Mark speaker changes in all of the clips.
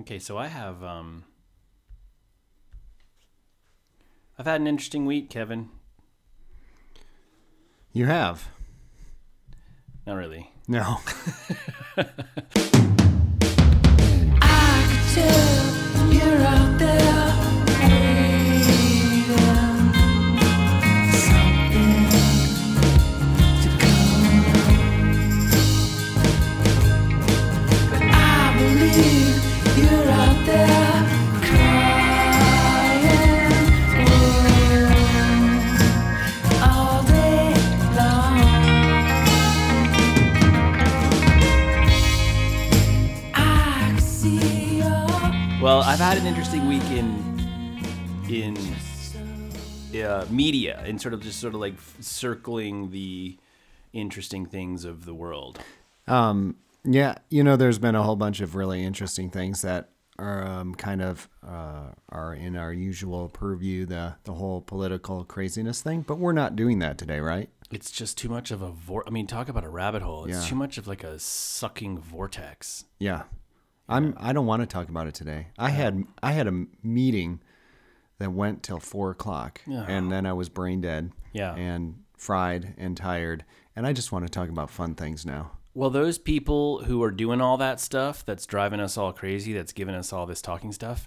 Speaker 1: Okay, so I have um I've had an interesting week, Kevin.
Speaker 2: You have.
Speaker 1: Not really.
Speaker 2: No.
Speaker 3: I could tell you're out there waiting for something to come. But I believe you're out there crying words all day long. I could see your
Speaker 1: Well, I've had an interesting week in in uh, media and sort of just sort of like circling the interesting things of the world.
Speaker 2: Um, yeah, you know, there's been a whole bunch of really interesting things that are um, kind of uh, are in our usual purview, the the whole political craziness thing. But we're not doing that today, right?
Speaker 1: It's just too much of a vor- I mean, talk about a rabbit hole. It's
Speaker 2: Yeah.
Speaker 1: too much of like a sucking vortex.
Speaker 2: Yeah. I'm. I don't want to talk about it today. I had I had a meeting that went till four o'clock, and then I was brain dead.
Speaker 1: Yeah.
Speaker 2: And fried and tired, and I just want to talk about fun things now.
Speaker 1: Well, those people who are doing all that stuff that's driving us all crazy, that's giving us all this talking stuff,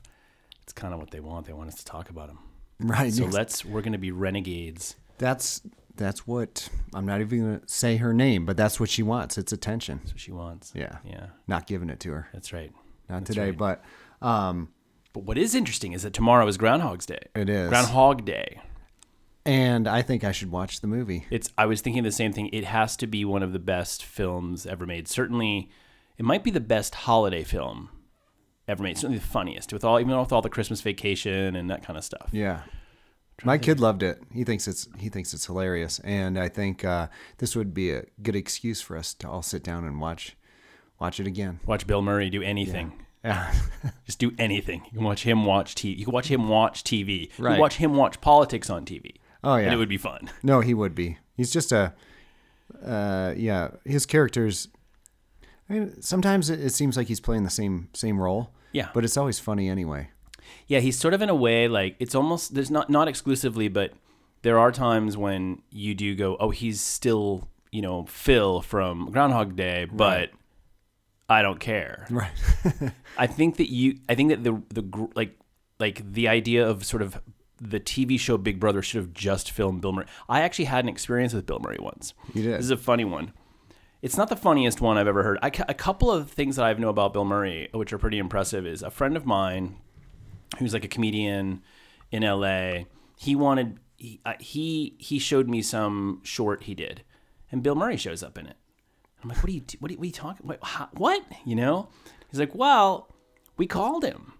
Speaker 1: it's kind of what they want. They want us to talk about them.
Speaker 2: Right.
Speaker 1: So
Speaker 2: ex-
Speaker 1: let's, we're going to be renegades.
Speaker 2: That's that's what I'm not even gonna say her name, but that's what she wants. It's attention.
Speaker 1: That's what she wants.
Speaker 2: Yeah.
Speaker 1: Yeah.
Speaker 2: Not giving it to her.
Speaker 1: That's right.
Speaker 2: Not today, but um
Speaker 1: But what is interesting is that tomorrow is Groundhog's Day.
Speaker 2: It is.
Speaker 1: Groundhog Day.
Speaker 2: and I think I should watch the movie.
Speaker 1: It's, I was thinking the same thing. It has to be one of the best films ever made. Certainly, it might be the best holiday film ever made. Certainly the funniest, with all, even with all the Christmas vacation and that kind of stuff.
Speaker 2: Yeah. My kid loved it. He thinks it's he thinks it's hilarious, and I think uh, this would be a good excuse for us to all sit down and watch watch it again.
Speaker 1: Watch Bill Murray do anything.
Speaker 2: Yeah.
Speaker 1: Just do anything. You can watch him watch TV. You can watch him watch TV. You
Speaker 2: Right.
Speaker 1: can watch him watch politics on TV.
Speaker 2: Oh, yeah.
Speaker 1: And it would be fun.
Speaker 2: no, he would be. He's just a uh, yeah. His characters. I mean, sometimes it, it seems like he's playing the same same role.
Speaker 1: Yeah.
Speaker 2: but it's always funny anyway.
Speaker 1: Yeah, he's sort of in a way like it's almost there's not not exclusively, but there are times when you do go, oh, he's still you know Phil from Groundhog Day, but I don't care.
Speaker 2: Right.
Speaker 1: I think that you. I think that the the gr- like like the idea of sort of the TV show Big Brother should have just filmed Bill Murray. I actually had an experience with Bill Murray once.
Speaker 2: You did?
Speaker 1: This is a funny one. It's not the funniest one I've ever heard. I, ca- a couple of things that I know about Bill Murray, which are pretty impressive, is a friend of mine who's like a comedian in LA. He wanted he uh, he, he showed me some short he did, and Bill Murray shows up in it. I'm like, what are you do- what are you, what are you talking? What, how, what you know? He's like, well, we called him.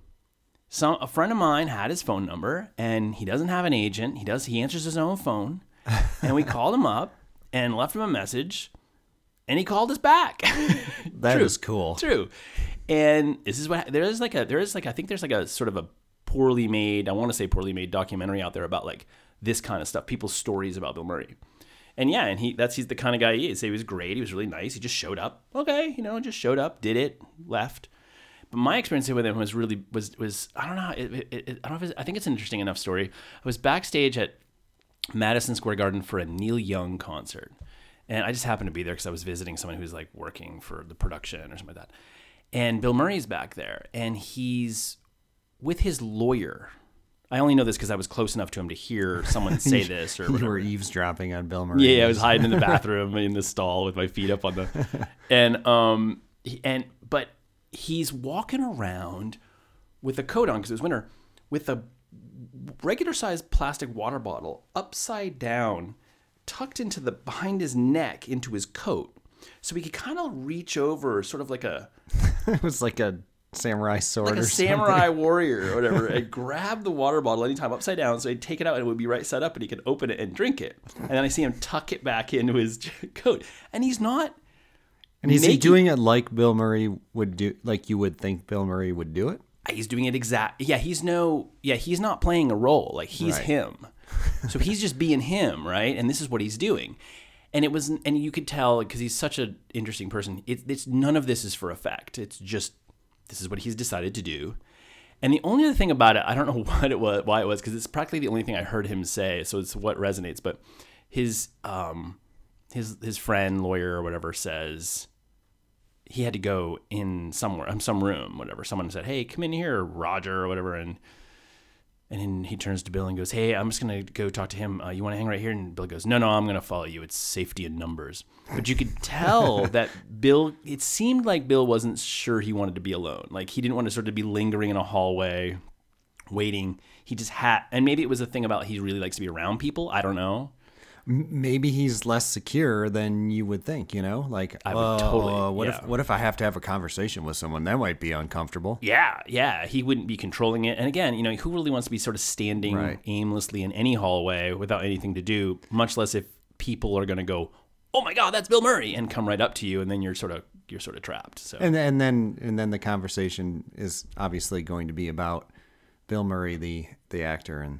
Speaker 1: Some a friend of mine had his phone number, and he doesn't have an agent. He does he answers his own phone, and we called him up and left him a message, and he called us back.
Speaker 2: That is
Speaker 1: True.
Speaker 2: cool.
Speaker 1: True. And this is what there is like a there is like I think there's like a sort of a poorly made I want to say poorly made documentary out there about like this kind of stuff, people's stories about Bill Murray. And yeah, and he that's he's the kind of guy he is. He was great. He was really nice. He just showed up. Okay, you know, just showed up, did it, left. But my experience with him was really was was I don't know. It, it, it, I don't know if it's, I think it's an interesting enough story. I was backstage at Madison Square Garden for a Neil Young concert. And I just happened to be there because I was visiting someone who was like working for the production or something like that. And Bill Murray's back there and he's with his lawyer. I only know this because I was close enough to him to hear someone say this or
Speaker 2: You
Speaker 1: whatever.
Speaker 2: were eavesdropping on Bill Murray.
Speaker 1: Yeah, yeah, I was hiding in the bathroom in the stall with my feet up on the and um he- and but he's walking around with a coat on because it was winter with a regular sized plastic water bottle upside down tucked into the behind his neck into his coat so he could kind of reach over sort of like a
Speaker 2: it was like a samurai sword
Speaker 1: like
Speaker 2: or
Speaker 1: a
Speaker 2: something.
Speaker 1: samurai warrior or whatever and grab the water bottle anytime upside down so he'd take it out and it would be right side up and he could open it and drink it and then i see him tuck it back into his coat and he's not
Speaker 2: And is he
Speaker 1: making-
Speaker 2: doing it like Bill Murray would do? Like you would think Bill Murray would do it?
Speaker 1: uh, he's doing it exact yeah he's no yeah he's not playing a role like he's
Speaker 2: Right.
Speaker 1: him so he's just being him right and this is what he's doing and it was and you could tell because he's such an interesting person it, it's none of this is for effect it's just this is what he's decided to do. And the only other thing about it, I don't know what it was, why it was, because it's practically the only thing I heard him say. So it's what resonates. But his um, his his friend, lawyer, or whatever says he had to go in somewhere, um, some room, whatever. Someone said, "Hey, come in here, Roger," or whatever, and and then he turns to Bill and goes, "Hey, I'm just gonna go talk to him. Uh, you want to hang right here?" And Bill goes, "No, no, I'm gonna follow you. It's safety in numbers." But you could tell that Bill. It seemed like Bill wasn't sure he wanted to be alone. Like he didn't want to sort of be lingering in a hallway, waiting. He just had, and maybe it was a thing about he really likes to be around people. I don't know.
Speaker 2: maybe he's less secure than you would think. You know, like I
Speaker 1: would totally-
Speaker 2: What
Speaker 1: yeah.
Speaker 2: if what if I have to have a conversation with someone? That might be uncomfortable.
Speaker 1: Yeah, yeah, he wouldn't be controlling it. And again, you know, who really wants to be sort of standing
Speaker 2: Right.
Speaker 1: aimlessly in any hallway without anything to do, much less if people are going to go, "Oh my god, that's Bill Murray," and come right up to you and then you're sort of you're sort of trapped. So
Speaker 2: And and then and then the conversation is obviously going to be about Bill Murray, the the actor, and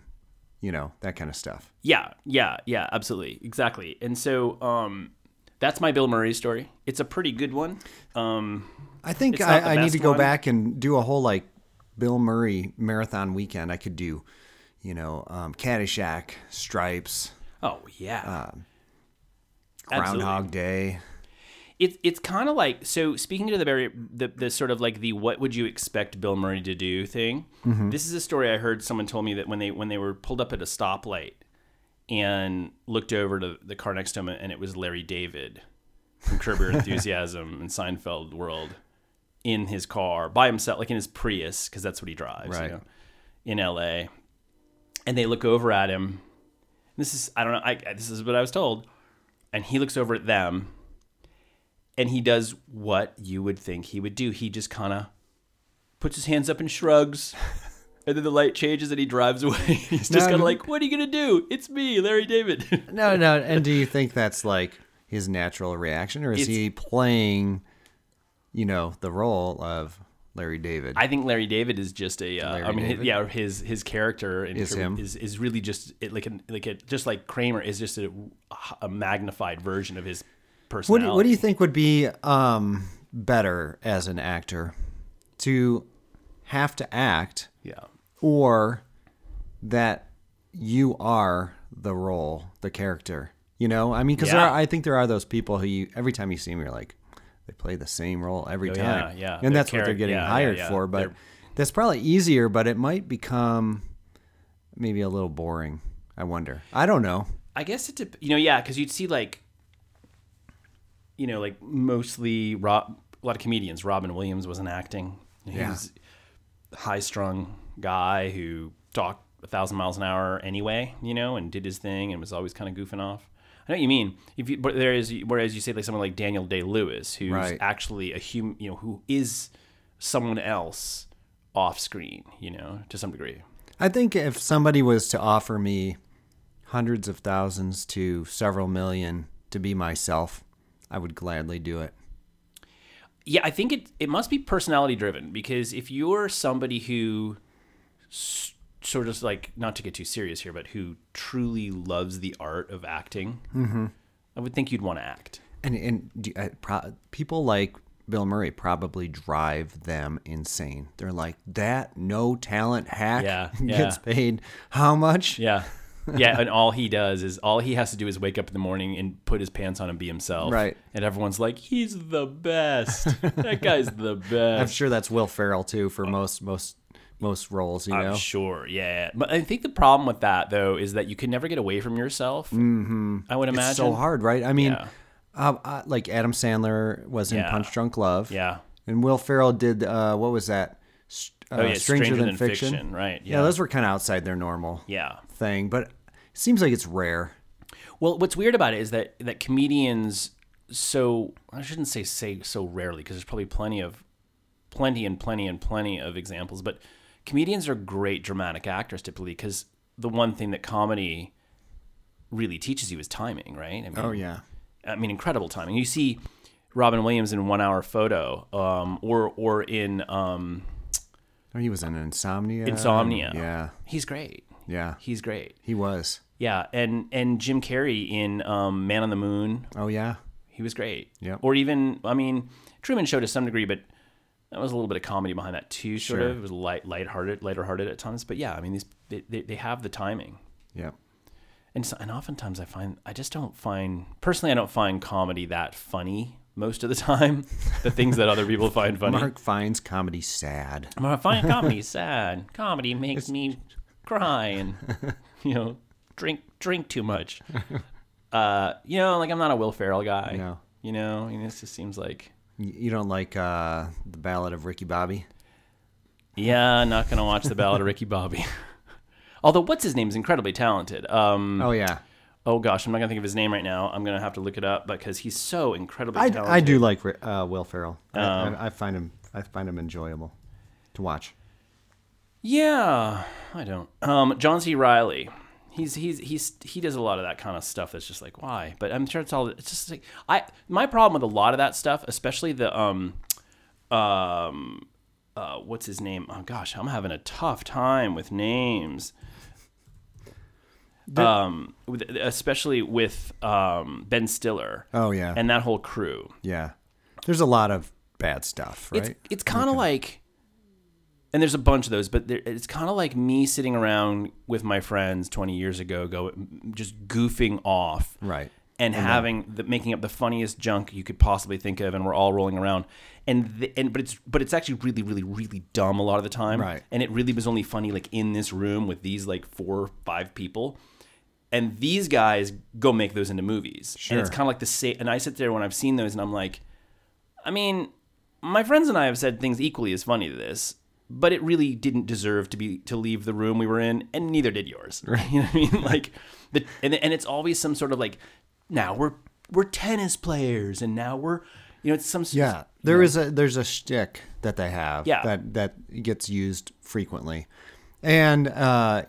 Speaker 2: you know that kind of stuff.
Speaker 1: Yeah, yeah, yeah, absolutely. Exactly. And so um that's my Bill Murray story. It's a pretty good one. Um
Speaker 2: I think
Speaker 1: It's not the
Speaker 2: I, I need
Speaker 1: best
Speaker 2: to go
Speaker 1: one.
Speaker 2: back and do a whole like Bill Murray marathon weekend. I could do, you know, um, Caddyshack, Stripes,
Speaker 1: oh yeah.
Speaker 2: Groundhog
Speaker 1: Absolutely.
Speaker 2: Day.
Speaker 1: It, it's kind of like so speaking to the very the, the sort of like the what would you expect bill murray to do thing this is a story i heard someone told me that when they when they were pulled up at a stoplight and looked over to the car next to him and it was larry david from curb your enthusiasm and seinfeld world in his car by himself like in his prius because that's what he drives you
Speaker 2: Right.
Speaker 1: know, in la and they look over at him this is i don't know I, I- this is what i was told and he looks over at them and he does what you would think he would do. He just kind of puts his hands up and shrugs. And then the light changes and he drives away. He's just
Speaker 2: No,
Speaker 1: kind of
Speaker 2: no.
Speaker 1: like, "What are you gonna do? It's me, Larry David."
Speaker 2: No, no. And do you think that's like his natural reaction, or is
Speaker 1: It's-
Speaker 2: he playing, you know, the role of Larry David?
Speaker 1: I think Larry David is just a. Uh, I
Speaker 2: Larry
Speaker 1: mean, his,
Speaker 2: David?
Speaker 1: yeah, his his character in
Speaker 2: Is
Speaker 1: Curb-
Speaker 2: him.
Speaker 1: is is really just it, like a, like a, just like Kramer is just a, a magnified version of his
Speaker 2: What
Speaker 1: personality.
Speaker 2: do, what do you think would be um, better as an actor to have to act
Speaker 1: Yeah,
Speaker 2: or that you are the role, the character? You know, I mean, because
Speaker 1: Yeah.
Speaker 2: I think there are those people who you every time you see them, you're like, they play the same role every
Speaker 1: Oh, yeah,
Speaker 2: time,
Speaker 1: yeah. Their
Speaker 2: and that's what they're
Speaker 1: charac-
Speaker 2: getting
Speaker 1: yeah, yeah,
Speaker 2: hired
Speaker 1: yeah.
Speaker 2: for. But
Speaker 1: They're-
Speaker 2: that's probably easier, but it might become maybe a little boring. I wonder. I don't know.
Speaker 1: I guess it. Dep- you know, yeah, because you'd see like, you know, like mostly Rob, a lot of comedians. Robin Williams wasn't acting. He
Speaker 2: Yeah.
Speaker 1: was a high-strung guy who talked a thousand miles an hour anyway, you know, and did his thing and was always kind of goofing off. I know what you mean. If you, but there is, whereas you say like someone like Daniel Day Lewis, who's
Speaker 2: Right.
Speaker 1: actually a human, you know, who is someone else off screen, you know, to some degree.
Speaker 2: I think if somebody was to offer me hundreds of thousands to several million to be myself, I would gladly do it.
Speaker 1: yeah i think it it must be personality driven because if you're somebody who s- sort of like not to get too serious here but who truly loves the art of acting
Speaker 2: Mm-hmm.
Speaker 1: i would think you'd want to act
Speaker 2: And and do, uh, pro, people like Bill Murray probably drive them insane. They're like that no talent hack
Speaker 1: Yeah,
Speaker 2: gets
Speaker 1: yeah.
Speaker 2: paid how much?
Speaker 1: yeah yeah and all he does is all he has to do is wake up in the morning and put his pants on and be himself
Speaker 2: Right.
Speaker 1: and everyone's like he's the best that guy's the
Speaker 2: I'm
Speaker 1: best
Speaker 2: sure that's Will Ferrell too for most most most roles. You know,
Speaker 1: I'm sure, yeah. But I think the problem with that though is that you can never get away from yourself. Mm-hmm. I would imagine
Speaker 2: it's so hard, right? I mean,
Speaker 1: Yeah.
Speaker 2: uh, uh, like Adam Sandler was in
Speaker 1: Yeah.
Speaker 2: Punch Drunk Love.
Speaker 1: Yeah,
Speaker 2: And Will Ferrell did uh, what was that? S- Uh,
Speaker 1: Oh, yeah, Stranger Than Fiction, right,
Speaker 2: Yeah,
Speaker 1: yeah.
Speaker 2: those were kind of outside their normal
Speaker 1: yeah.
Speaker 2: thing, but it seems like it's rare.
Speaker 1: Well, what's weird about it is that that comedians so I shouldn't say say so rarely because there's probably plenty of plenty and plenty and plenty of examples, but comedians are great dramatic actors typically because the one thing that comedy really teaches you is timing, right? I mean,
Speaker 2: Oh yeah,
Speaker 1: I mean, incredible timing. You see Robin Williams in One Hour Photo, um, or or in um,
Speaker 2: oh, he was in Insomnia.
Speaker 1: Insomnia.
Speaker 2: Yeah,
Speaker 1: he's great.
Speaker 2: yeah,
Speaker 1: He's great.
Speaker 2: he was.
Speaker 1: Yeah, and and Jim Carrey in um, Man on the Moon.
Speaker 2: Oh yeah,
Speaker 1: He was great.
Speaker 2: Yep.
Speaker 1: Or even, I mean, Truman Show to some degree, but That was a little bit of comedy behind that too, sort
Speaker 2: Sure.
Speaker 1: of. It was light, lighthearted, lighter-hearted at times. But yeah, I mean, these they, they, they have the timing,
Speaker 2: Yeah.
Speaker 1: and so, and oftentimes I find I just don't find personally I don't find comedy that funny most of the time. the things that other people find funny.
Speaker 2: Mark finds comedy sad.
Speaker 1: I find comedy sad. Comedy makes me cry and you know drink drink too much. Uh, you know, like I'm not a Will Ferrell guy.
Speaker 2: No.
Speaker 1: You know, and this just seems like
Speaker 2: Y- You don't like uh, the Ballad of Ricky Bobby?
Speaker 1: yeah, not gonna watch the Ballad of Ricky Bobby. Although what's his name is incredibly talented. Um,
Speaker 2: Oh yeah,
Speaker 1: oh gosh, I'm not gonna think of his name right now. I'm gonna have to look it up because he's so incredibly
Speaker 2: I,
Speaker 1: talented.
Speaker 2: I do like Ri- uh, Will Ferrell. I,
Speaker 1: Um.
Speaker 2: I, I find him I find him enjoyable to watch.
Speaker 1: Yeah, I don't. Um, John C. Riley. He's he's he's he does a lot of that kind of stuff. That's just like why, but I'm sure it's all. It's just like I my problem with a lot of that stuff, especially the um, um, uh, what's his name? Oh gosh, I'm having a tough time with names. um, with, especially with um Ben Stiller.
Speaker 2: Oh, yeah.
Speaker 1: and that whole crew.
Speaker 2: Yeah, there's a lot of bad stuff, right?
Speaker 1: It's it's kind of like, and there's a bunch of those, but there, it's kind of like me sitting around with my friends 20 years ago, go just goofing off,
Speaker 2: Right.
Speaker 1: And having the, making up the funniest junk you could possibly think of, and we're all rolling around, and the, and but it's but it's actually really really really dumb a lot of the time,
Speaker 2: Right.
Speaker 1: And it really was only funny like in this room with these like four or five people, and these guys go make those into movies, and it's
Speaker 2: Sure.
Speaker 1: kind of like the same. And I sit there when I've seen those, and I'm like, I mean, my friends and I have said things equally as funny to this, but it really didn't deserve to be to leave the room we were in, and neither did yours. Right? You know what I mean? Like, the, and and it's always some sort of like, now we're we're tennis players, and now we're, you know, it's some s-
Speaker 2: Yeah, there is a there's a shtick that they have
Speaker 1: Yeah.
Speaker 2: that that gets used frequently, and uh,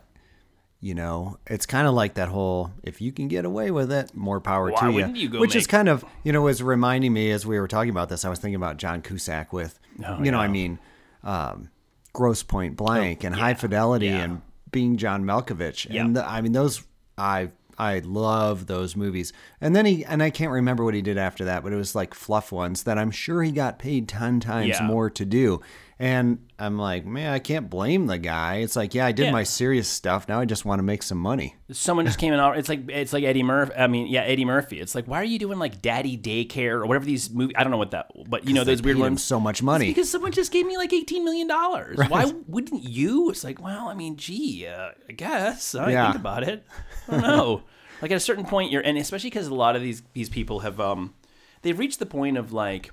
Speaker 2: you know it's kind of like that whole if you can get away with it, more power
Speaker 1: Why
Speaker 2: to
Speaker 1: wouldn't you go
Speaker 2: which is
Speaker 1: make-
Speaker 2: kind of you know was reminding me as we were talking about this. I was thinking about John Cusack with
Speaker 1: Oh,
Speaker 2: you know I mean, um, Gross Point Blank and High Fidelity
Speaker 1: Oh, yeah.
Speaker 2: and being John Malkovich and
Speaker 1: Yeah.
Speaker 2: the, I mean those I. I love those movies. And then he and I can't remember what he did after that, but it was like fluff ones that I'm sure he got paid ten times
Speaker 1: Yeah.
Speaker 2: more to do. And I'm like, man, I can't blame the guy. It's like, yeah, I did
Speaker 1: Yeah.
Speaker 2: my serious stuff. Now I just want to make some money.
Speaker 1: someone just came in. It's like it's like Eddie Murphy. I mean, yeah, Eddie Murphy. It's like why are you doing like Daddy Daycare or whatever these movies? I don't know what that, but you know those weird
Speaker 2: Paid him
Speaker 1: ones.
Speaker 2: so much money.
Speaker 1: because someone just gave me like eighteen million dollars. Why wouldn't you? It's like, well, I mean, gee, uh, I guess I
Speaker 2: Yeah.
Speaker 1: think about it. I don't know. like at a certain point, you're, and especially because a lot of these these people have um, they've reached the point of like,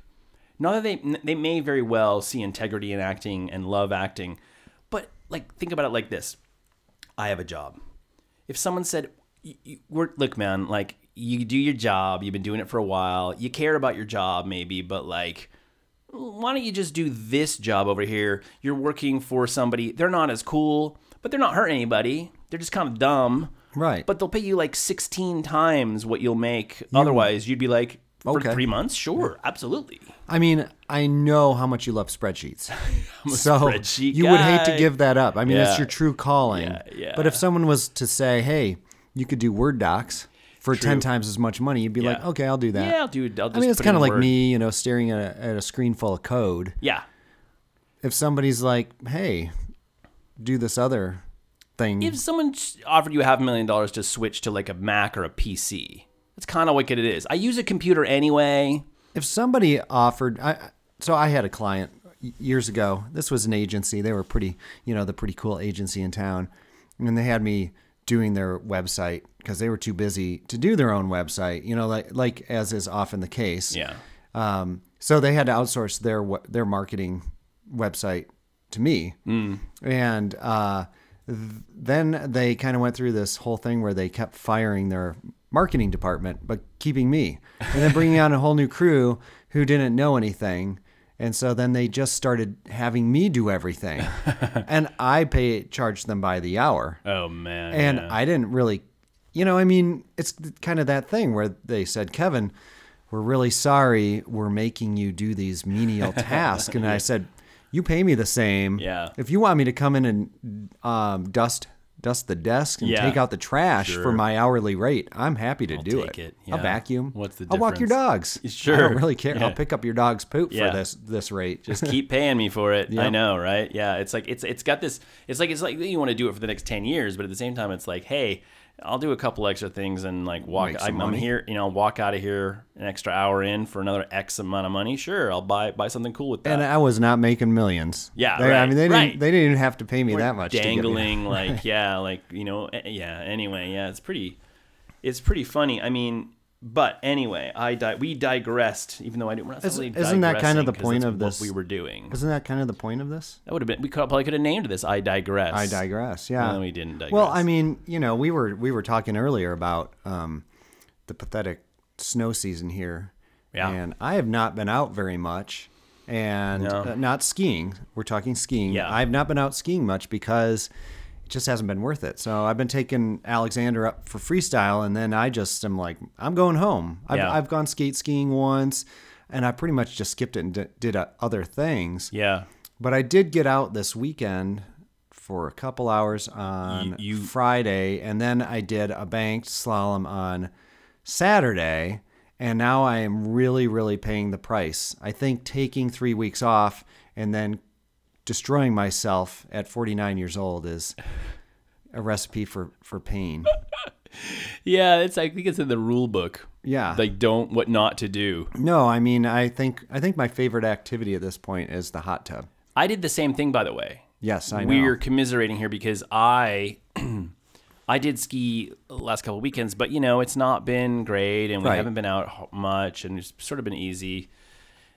Speaker 1: not that they they may very well see integrity in acting and love acting, but like think about it like this: I have a job. If someone said, y- y- "We're look, man, like." You do your job. You've been doing it for a while. You care about your job, maybe, but like, why don't you just do this job over here? You're working for somebody. They're not as cool, but they're not hurting anybody. They're just kind of dumb.
Speaker 2: Right.
Speaker 1: But they'll pay you like 16 times what you'll make. Otherwise, you'd be like, for
Speaker 2: Okay.
Speaker 1: three months? Sure, absolutely.
Speaker 2: I mean, I know how much you love spreadsheets. so
Speaker 1: spreadsheet
Speaker 2: you would hate
Speaker 1: guy.
Speaker 2: to give that up. I mean,
Speaker 1: Yeah.
Speaker 2: it's your true calling.
Speaker 1: Yeah, yeah.
Speaker 2: But if someone was to say, hey, you could do Word docs for 10 times as much money, you'd be like,
Speaker 1: Yeah.
Speaker 2: okay, I'll do that.
Speaker 1: Yeah, I'll do- I'll
Speaker 2: I
Speaker 1: just
Speaker 2: mean, it's
Speaker 1: put it
Speaker 2: kind
Speaker 1: in
Speaker 2: of like
Speaker 1: Word.
Speaker 2: me, you know, staring at a, at a screen full of code.
Speaker 1: Yeah.
Speaker 2: if somebody's like, "Hey, do this other thing,"
Speaker 1: If someone s- offered you half a million dollars to switch to like a Mac or a PC, that's kind of what it is. I use a computer anyway.
Speaker 2: if somebody offered, I so I had a client years ago. This was an agency. They were pretty, you know, the pretty cool agency in town, and they had me doing their website because they were too busy to do their own website. You know, like like as is often the case.
Speaker 1: Yeah.
Speaker 2: Um, so they had to outsource their we- their marketing website to me, mm. and uh, th- then they kind of went through this whole thing where they kept firing their marketing department, but keeping me, and then bringing on a whole new crew who didn't know anything. And so then they just started having me do everything, and I pay charged them by the hour.
Speaker 1: Oh, man.
Speaker 2: And I didn't really, you know, I mean, it's kind of that thing where they said, Kevin, we're really sorry we're making you do these menial tasks. And I said, You pay me the same.
Speaker 1: Yeah.
Speaker 2: If you want me to come in and um, dust dust the desk and
Speaker 1: Yeah.
Speaker 2: take out the trash for
Speaker 1: Sure.
Speaker 2: my hourly rate. I'm happy to do
Speaker 1: take
Speaker 2: it.
Speaker 1: it,
Speaker 2: I'll
Speaker 1: yeah.
Speaker 2: vacuum.
Speaker 1: What's the
Speaker 2: I'll walk your dogs. I
Speaker 1: Sure.
Speaker 2: don't really care.
Speaker 1: Yeah.
Speaker 2: I'll pick up your dog's poop
Speaker 1: Yeah.
Speaker 2: for this this rate.
Speaker 1: just keep paying me for it.
Speaker 2: Yeah.
Speaker 1: I know, right? Yeah, it's like it's it's got this. It's like it's like you want to do it for the next ten years, but at the same time, it's like, hey, I'll do a couple extra things and like walk.
Speaker 2: Make some
Speaker 1: I'm, I'm
Speaker 2: money.
Speaker 1: here, you know, I'll walk out of here an extra hour in for another X amount of money. Sure, I'll buy buy something cool with that.
Speaker 2: and I was not making millions.
Speaker 1: Yeah,
Speaker 2: They- I
Speaker 1: right,
Speaker 2: mean they didn't
Speaker 1: right.
Speaker 2: they didn't even have to pay me
Speaker 1: We're
Speaker 2: that much. to get me-
Speaker 1: dangling like yeah like you know eh, yeah anyway yeah it's pretty it's pretty funny i mean but anyway i di- we digressed even though i didn't we're not
Speaker 2: Isn't-
Speaker 1: really
Speaker 2: isn't that kind of the
Speaker 1: digressing 'cause
Speaker 2: point
Speaker 1: that's
Speaker 2: of this-
Speaker 1: what we were doing
Speaker 2: Isn't that kind of the point of this?
Speaker 1: that would have been we could, probably could have named this i digress
Speaker 2: I digress. Yeah.
Speaker 1: No, we didn't
Speaker 2: Well,
Speaker 1: digress.
Speaker 2: I mean, you know, we were we were talking earlier about um, the pathetic snow season here.
Speaker 1: Yeah.
Speaker 2: And I have not been out very much, and
Speaker 1: No.
Speaker 2: uh, not skiing. We're talking skiing.
Speaker 1: Yeah.
Speaker 2: I've not been out skiing much because it just hasn't been worth it. So I've been taking Alexander up for freestyle, and then I just am like, I'm going home. I've,
Speaker 1: Yeah.
Speaker 2: I've gone skate skiing once, and I pretty much just skipped it and d- did uh, other things.
Speaker 1: yeah
Speaker 2: But I did get out this weekend for a couple hours on
Speaker 1: You- you-
Speaker 2: Friday, and then I did a banked slalom on Saturday. And now I am really, really paying the price. I think taking three weeks off and then destroying myself at 49 years old is a recipe for, for pain.
Speaker 1: yeah it's i think it's in the rule book
Speaker 2: Yeah.
Speaker 1: like don't what not to do
Speaker 2: No, I mean, I think I think my favorite activity at this point is the hot tub.
Speaker 1: i did the same thing by the way
Speaker 2: Yes, I know.
Speaker 1: we're commiserating here because I I did ski last couple weekends, but you know it's not been great, and we
Speaker 2: Right.
Speaker 1: haven't been out h- much, and it's sort of been easy.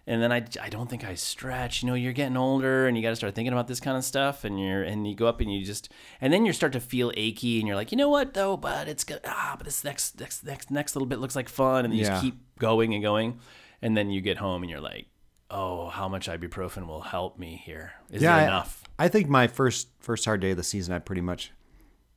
Speaker 1: And then I, I don't think I stretch. You know, you're getting older, and you got to start thinking about this kind of stuff. And you're and you go up, and you just and then you start to feel achy, and you're like, you know what though, but it's good. Ah, but this next next next next little bit looks like fun, and then you
Speaker 2: Yeah.
Speaker 1: just keep going and going, and then you get home, and you're like, oh, how much ibuprofen will help me here? Is there
Speaker 2: I-
Speaker 1: enough?
Speaker 2: I, think my first first hard day of the season, I pretty much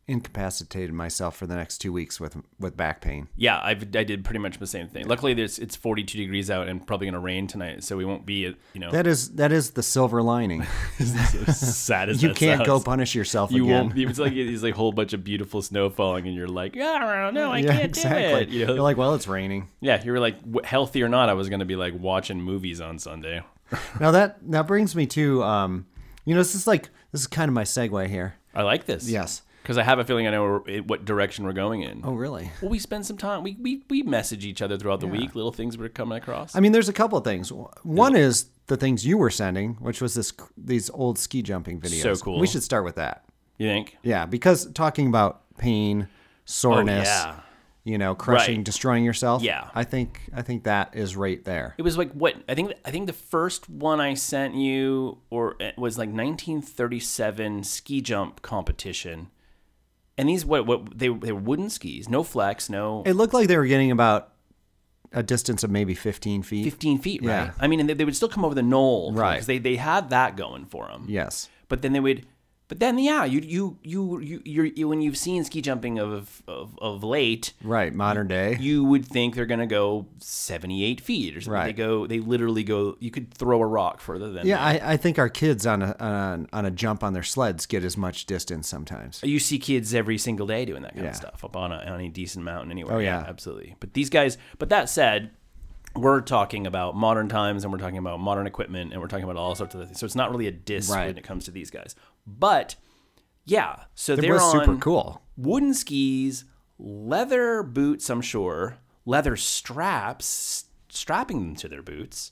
Speaker 2: incapacitated myself for the next two weeks with with back pain.
Speaker 1: Yeah, I've, I did pretty much the same thing. Luckily, there's it's 42 degrees out and probably gonna rain tonight, so we won't be at you know
Speaker 2: That is that is the silver lining.
Speaker 1: as sad as
Speaker 2: You
Speaker 1: that
Speaker 2: can't go
Speaker 1: sounds.
Speaker 2: punish yourself
Speaker 1: You
Speaker 2: again.
Speaker 1: won't. Be, it's like it's like a whole bunch of beautiful snow falling, and you're like, yeah, no, I
Speaker 2: yeah,
Speaker 1: can't do
Speaker 2: exactly.
Speaker 1: it. You know?
Speaker 2: You're like, well, it's raining.
Speaker 1: yeah, you were like w- healthy or not. I was gonna be like watching movies on Sunday.
Speaker 2: now that that brings me to, um, you know, this is like this is kind of my segue here.
Speaker 1: I like this.
Speaker 2: Yes.
Speaker 1: because I have a feeling I know where- what direction we're going in.
Speaker 2: Oh, really?
Speaker 1: Well, we spend some time. We we we message each other throughout the week. Little things we're coming across.
Speaker 2: I mean, there's a couple of things. One is the things you were sending, which was this these old ski jumping videos.
Speaker 1: So cool.
Speaker 2: We should start with that.
Speaker 1: you think?
Speaker 2: Yeah, because talking about pain, soreness,
Speaker 1: Oh, yeah.
Speaker 2: you know, crushing,
Speaker 1: Right.
Speaker 2: destroying yourself.
Speaker 1: Yeah.
Speaker 2: I think I think that is right there.
Speaker 1: It was like what I think. I think the first one I sent you, or it was like 1937 ski jump competition, and these what what they they were wooden skis, no flex, no
Speaker 2: It looked like they were getting about a distance of maybe 15 feet.
Speaker 1: 15 feet, right?
Speaker 2: Yeah.
Speaker 1: I mean, and they, they would still come over the knoll,
Speaker 2: Right.
Speaker 1: Because they they had that going for them.
Speaker 2: Yes.
Speaker 1: But then they would. But then, yeah, you you you you you're, you when you've seen ski jumping of of, of late,
Speaker 2: Right, modern day.
Speaker 1: you would think they're gonna go 78 feet or something.
Speaker 2: Right.
Speaker 1: They go. They literally go. You could throw a rock further than
Speaker 2: yeah, I, I think our kids on a on, on a jump on their sleds get as much distance sometimes.
Speaker 1: you see kids every single day doing that kind
Speaker 2: Yeah.
Speaker 1: of stuff up on a, on a decent mountain anywhere.
Speaker 2: Oh, yeah.
Speaker 1: absolutely. But these guys. But that said, we're talking about modern times and we're talking about modern equipment and we're talking about all sorts of other things. So it's not really a diss
Speaker 2: Right.
Speaker 1: when it comes to these guys. But yeah, so
Speaker 2: It
Speaker 1: they're
Speaker 2: was
Speaker 1: on
Speaker 2: super cool.
Speaker 1: wooden skis, leather boots. I'm sure leather straps strapping them to their boots,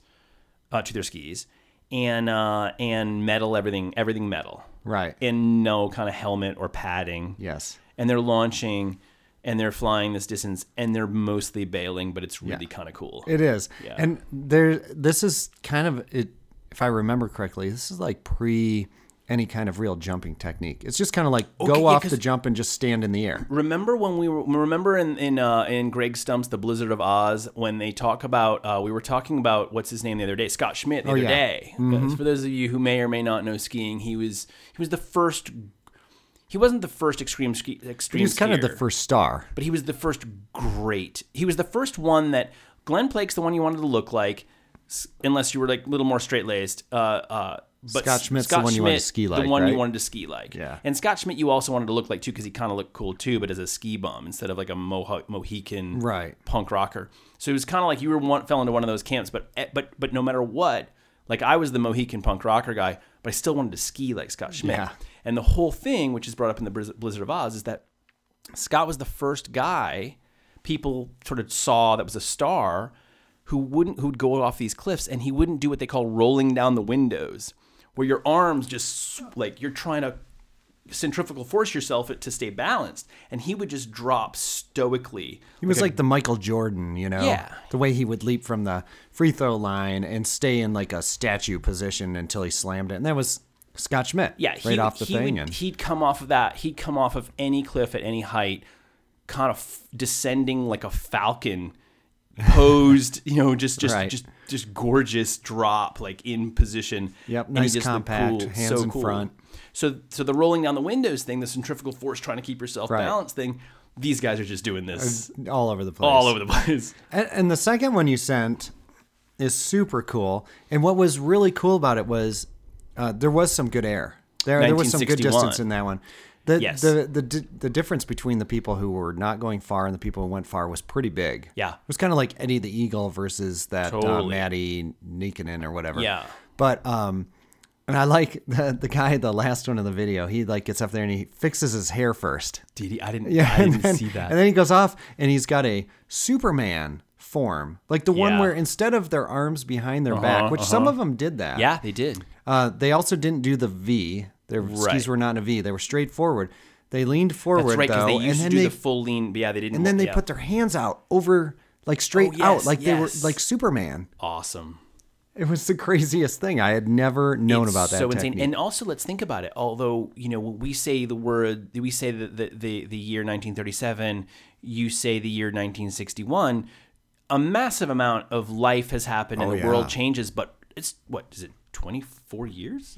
Speaker 1: uh, to their skis, and uh, and metal everything everything metal
Speaker 2: Right.
Speaker 1: in no kind of helmet or padding.
Speaker 2: yes.
Speaker 1: And they're launching and they're flying this distance and they're mostly bailing, but it's really kind of cool.
Speaker 2: It is. And there this is kind of it if I remember correctly, this is like pre any kind of real jumping technique. It's just kind of like
Speaker 1: Okay,
Speaker 2: go
Speaker 1: yeah,
Speaker 2: off
Speaker 1: 'cause-
Speaker 2: the jump and just stand in the air.
Speaker 1: remember when we were remember in in uh, in Greg Stump's The Blizzard of Oz when they talk about uh, we were talking about what's his name the other day Scott Schmidt the other
Speaker 2: Oh, yeah. Mm-hmm.
Speaker 1: day. Guys, For those of you who may or may not know skiing, he was he was the first. He wasn't the first extreme ski, extreme.
Speaker 2: He was kind of the
Speaker 1: skier.
Speaker 2: first star.
Speaker 1: but he was the first great. He was the first one that Glenn Plake's the one you wanted to look like, s- unless you were like a little more straight laced. Uh, uh, But
Speaker 2: Scott
Speaker 1: S-
Speaker 2: Schmidt's the one you wanted to ski like,
Speaker 1: The one
Speaker 2: right?
Speaker 1: you wanted to ski like.
Speaker 2: Yeah.
Speaker 1: And Scott Schmidt, you also wanted to look like too, because he kind of looked cool too, but as a ski bum instead of like a Moho- Mohican
Speaker 2: Right.
Speaker 1: punk rocker. So it was kind of like you were one, fell into one of those camps, but eh, but but no matter what, like I was the Mohican punk rocker guy, but I still wanted to ski like Scott Schmidt.
Speaker 2: Yeah.
Speaker 1: And the whole thing, which is brought up in the Blizz- Blizzard of Oz, is that Scott was the first guy people sort of saw that was a star who wouldn't who'd go off these cliffs and he wouldn't do what they call rolling down the windows where your arms just s- like you're trying to centrifugal force yourself to stay balanced and he would just drop stoically
Speaker 2: He was like the Michael Jordan, you know?
Speaker 1: Yeah.
Speaker 2: The way he would leap from the free throw line and stay in like a statue position until he slammed it. And that was Scott Schmidt.
Speaker 1: yeah,
Speaker 2: Right
Speaker 1: he,
Speaker 2: off the
Speaker 1: he
Speaker 2: thing.
Speaker 1: Would,
Speaker 2: and
Speaker 1: He'd come off of that. He'd come off of any cliff at any height, kind of f- descending like a falcon, posed. you know, just just
Speaker 2: Right.
Speaker 1: just just gorgeous drop, like in position.
Speaker 2: Yep,
Speaker 1: And he
Speaker 2: nice
Speaker 1: just looked
Speaker 2: compact, hands
Speaker 1: so
Speaker 2: in
Speaker 1: cool.
Speaker 2: front.
Speaker 1: So so the rolling down the windows thing, the centrifugal force trying to keep yourself
Speaker 2: Right.
Speaker 1: balanced thing. These guys are just doing this
Speaker 2: all over the place.
Speaker 1: all over the place.
Speaker 2: And, and the second one you sent is super cool. And what was really cool about it was uh, there was some good air. There, there was some good
Speaker 1: 1961.
Speaker 2: distance in that one. The,
Speaker 1: Yes.
Speaker 2: the the di- the difference between the people who were not going far and the people who went far was pretty big.
Speaker 1: Yeah.
Speaker 2: it was kind of like Eddie the Eagle versus that uh,
Speaker 1: Totally.
Speaker 2: Maddie Nikonen or whatever.
Speaker 1: Yeah.
Speaker 2: but um, and I like the the guy the last one of the video. He like gets up there and he fixes his hair first.
Speaker 1: Did he? I didn't.
Speaker 2: Yeah,
Speaker 1: I didn't
Speaker 2: and then,
Speaker 1: see that.
Speaker 2: And then he goes off and he's got a Superman form, like the one
Speaker 1: Yeah. Uh-huh,
Speaker 2: where instead of their arms behind their back, which some of them did that.
Speaker 1: yeah, they did.
Speaker 2: Uh, they also didn't do the V. Their skis
Speaker 1: Right.
Speaker 2: were not in a V. They were straight forward. They leaned forward
Speaker 1: That's right, because
Speaker 2: though,
Speaker 1: they used
Speaker 2: and
Speaker 1: to
Speaker 2: then
Speaker 1: do
Speaker 2: they
Speaker 1: the full lean. Yeah, they didn't.
Speaker 2: and then they
Speaker 1: yeah.
Speaker 2: put their hands out over like straight
Speaker 1: Oh,
Speaker 2: out,
Speaker 1: yes,
Speaker 2: like they were
Speaker 1: yes.
Speaker 2: like Superman.
Speaker 1: awesome.
Speaker 2: It was the craziest thing. I had never known
Speaker 1: It's
Speaker 2: about that.
Speaker 1: So
Speaker 2: technique.
Speaker 1: insane. And also, let's think about it. Although you know, when we say the word, we say the the the, the year 1937. You say the year 1961. A massive amount of life has happened, and
Speaker 2: Oh,
Speaker 1: the world
Speaker 2: yeah.
Speaker 1: changes. But it's what is it? 24 years.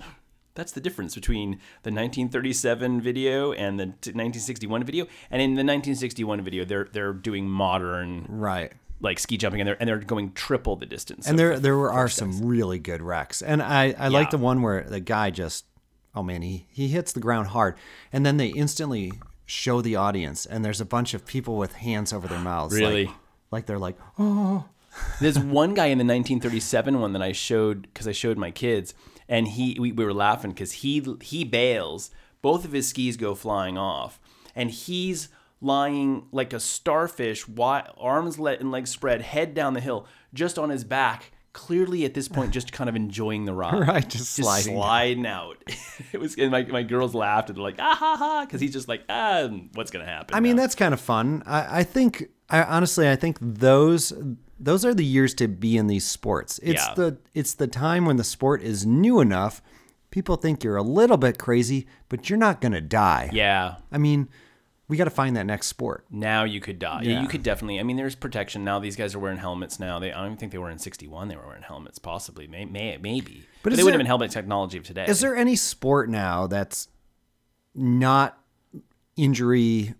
Speaker 1: That's the difference between the 1937 video and the t- 1961 video. And in the 1961 video, they're they're doing modern
Speaker 2: right.
Speaker 1: like ski jumping, and they're and they're going triple the distance.
Speaker 2: And
Speaker 1: of-
Speaker 2: there there were are some really good wrecks. And I, I like the one where the guy just oh man, he, he hits the ground hard. And then they instantly show the audience and there's a bunch of people with hands over their mouths. like-
Speaker 1: Really?
Speaker 2: Like, they're like, oh
Speaker 1: There's one guy in the 1937 one that I showed because I showed my kids, and he we, we were laughing because he he bails. Both of his skis go flying off, and he's lying like a starfish, wi- arms let and legs spread, head down the hill, just on his back. Clearly, at this point, just kind of enjoying the ride,
Speaker 2: Right, just sliding.
Speaker 1: sliding out. it was, and my, my girls laughed and they're like, ah ha ha, because he's just like, ah, what's gonna happen?
Speaker 2: I mean,
Speaker 1: now?"
Speaker 2: that's kind of fun. I, I think I honestly I think those those are the years to be in these sports. It's
Speaker 1: Yeah.
Speaker 2: the it's the time when the sport is new enough. People think you're a little bit crazy, but you're not gonna die.
Speaker 1: yeah,
Speaker 2: I mean, we gotta find that next sport.
Speaker 1: Now you could die. Yeah.
Speaker 2: Yeah.
Speaker 1: you could definitely. I mean, there's protection now. These guys are wearing helmets now. They, I don't even think they were in '61. They were wearing helmets, possibly, may, may, maybe. But,
Speaker 2: is
Speaker 1: they wouldn't
Speaker 2: there-
Speaker 1: have been helmet technology of today.
Speaker 2: Is there any sport now that's not injury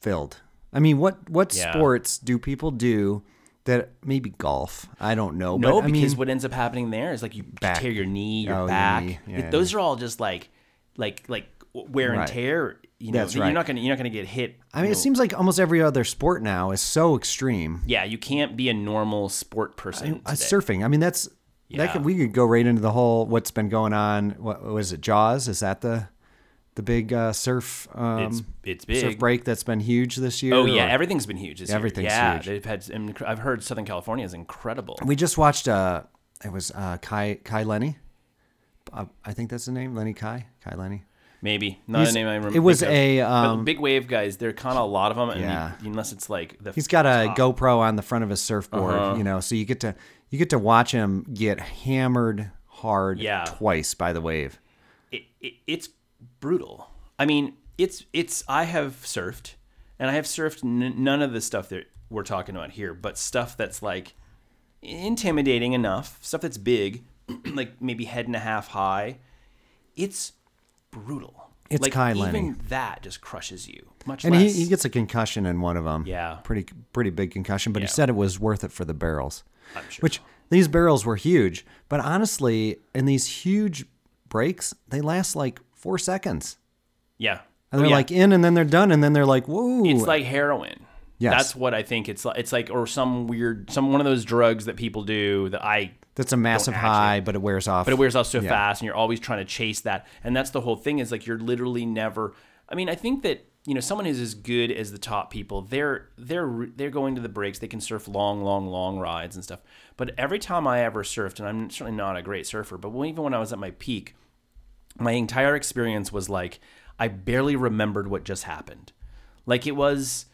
Speaker 2: filled? I mean, what what
Speaker 1: Yeah.
Speaker 2: sports do people do that maybe golf? I don't know.
Speaker 1: no,
Speaker 2: but, I
Speaker 1: because
Speaker 2: mean,
Speaker 1: what ends up happening there is like you
Speaker 2: Back.
Speaker 1: tear your knee, your
Speaker 2: Oh, your
Speaker 1: back.
Speaker 2: knee. Yeah,
Speaker 1: It- those are all just like, like, like wear and
Speaker 2: Right.
Speaker 1: tear. You know,
Speaker 2: That's
Speaker 1: you're
Speaker 2: right.
Speaker 1: not gonna, you're not gonna get hit.
Speaker 2: I mean,
Speaker 1: you
Speaker 2: it
Speaker 1: know.
Speaker 2: seems like almost every other sport now is so extreme.
Speaker 1: yeah, you can't be a normal sport person.
Speaker 2: Uh,
Speaker 1: today.
Speaker 2: surfing. I mean, that's that
Speaker 1: Yeah.
Speaker 2: could, we could go right into the whole what's been going on. What was it? Jaws? Is that the the big uh, surf um,
Speaker 1: it's it's
Speaker 2: surf
Speaker 1: big.
Speaker 2: break that's been huge this year?
Speaker 1: Oh yeah,
Speaker 2: or-
Speaker 1: everything's been huge. This year.
Speaker 2: Everything's
Speaker 1: yeah,
Speaker 2: huge.
Speaker 1: They've had. inc- I've heard Southern California is incredible.
Speaker 2: we just watched uh it was uh kai kai lenny uh, i think that's the name lenny kai kai lenny
Speaker 1: Maybe not
Speaker 2: He's-
Speaker 1: a name I remember.
Speaker 2: it was
Speaker 1: think of.
Speaker 2: a,
Speaker 1: But
Speaker 2: um,
Speaker 1: big wave guys. There are kind of a lot of them, and
Speaker 2: Yeah.
Speaker 1: you- unless it's like the
Speaker 2: he's got a gopro on the front of his surfboard
Speaker 1: Uh-huh.
Speaker 2: you know so you get to you get to watch him get hammered hard
Speaker 1: Yeah.
Speaker 2: twice by the wave
Speaker 1: it, it, it's brutal. I mean, it's it's. I have surfed, and I have surfed n- none of the stuff that we're talking about here, but stuff that's like intimidating enough, stuff that's big, like maybe head and a half high. It's brutal.
Speaker 2: It's
Speaker 1: like,
Speaker 2: Kai
Speaker 1: even
Speaker 2: Lenny.
Speaker 1: that just crushes you. Much
Speaker 2: and he,
Speaker 1: less.
Speaker 2: he gets a concussion in one of them
Speaker 1: Yeah.
Speaker 2: pretty pretty big concussion but he
Speaker 1: Yeah.
Speaker 2: said it was worth it for the barrels
Speaker 1: I'm sure.
Speaker 2: which these barrels were huge but honestly in these huge breaks, they last like four seconds.
Speaker 1: Yeah. Oh,
Speaker 2: And they're
Speaker 1: Yeah.
Speaker 2: like in and then they're done and then they're like, whoa.
Speaker 1: It's like heroin.
Speaker 2: Yes.
Speaker 1: That's what I think it's like. It's like, or some weird, some one of those drugs that people do that I,
Speaker 2: That's a massive
Speaker 1: actually-
Speaker 2: high, but it wears off.
Speaker 1: but it wears off so
Speaker 2: Yeah.
Speaker 1: fast and you're always trying to chase that. And that's the whole thing is like, you're literally never, I mean, I think that, you know, someone who's as good as the top people, they're, they're, they're going to the breaks. They can surf long, long, long rides and stuff. But every time I ever surfed, and I'm certainly not a great surfer, but when, even when I was at my peak, my entire experience was like I barely remembered what just happened. Like it was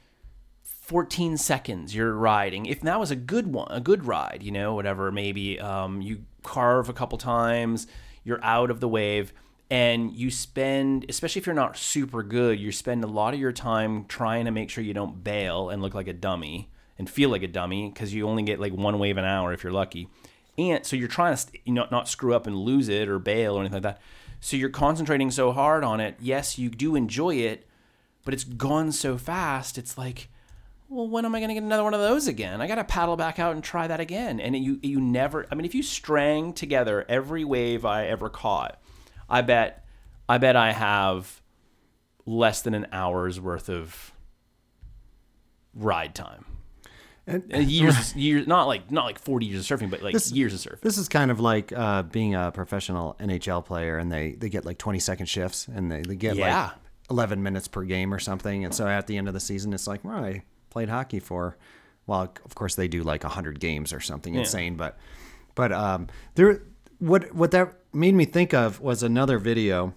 Speaker 1: 14 seconds you're riding. If that was a good one, a good ride, you know, whatever, maybe um, you carve a couple times, you're out of the wave, and you spend, especially if you're not super good, you spend a lot of your time trying to make sure you don't bail and look like a dummy and feel like a dummy because you only get like one wave an hour if you're lucky. And so you're trying to st- you know, not screw up and lose it or bail or anything like that. So you're concentrating so hard on it. Yes, you do enjoy it, but it's gone so fast. It's like, well, when am I going to get another one of those again? I got to paddle back out and try that again. And you you never. I mean, if you strang together every wave I ever caught, I bet I bet I have less than an hour's worth of ride time.
Speaker 2: And-
Speaker 1: Uh, years, years, not like not like forty years of surfing, but like
Speaker 2: This-
Speaker 1: years of surfing.
Speaker 2: This is kind of like uh, being a professional NHL player, and they, they get like 20 second shifts, and they, they get
Speaker 1: Yeah.
Speaker 2: like 11 minutes per game or something. And so at the end of the season, it's like, well, I played hockey for, well, of course they do like 100 games or something insane, but but um, there what what that made me think of was another video,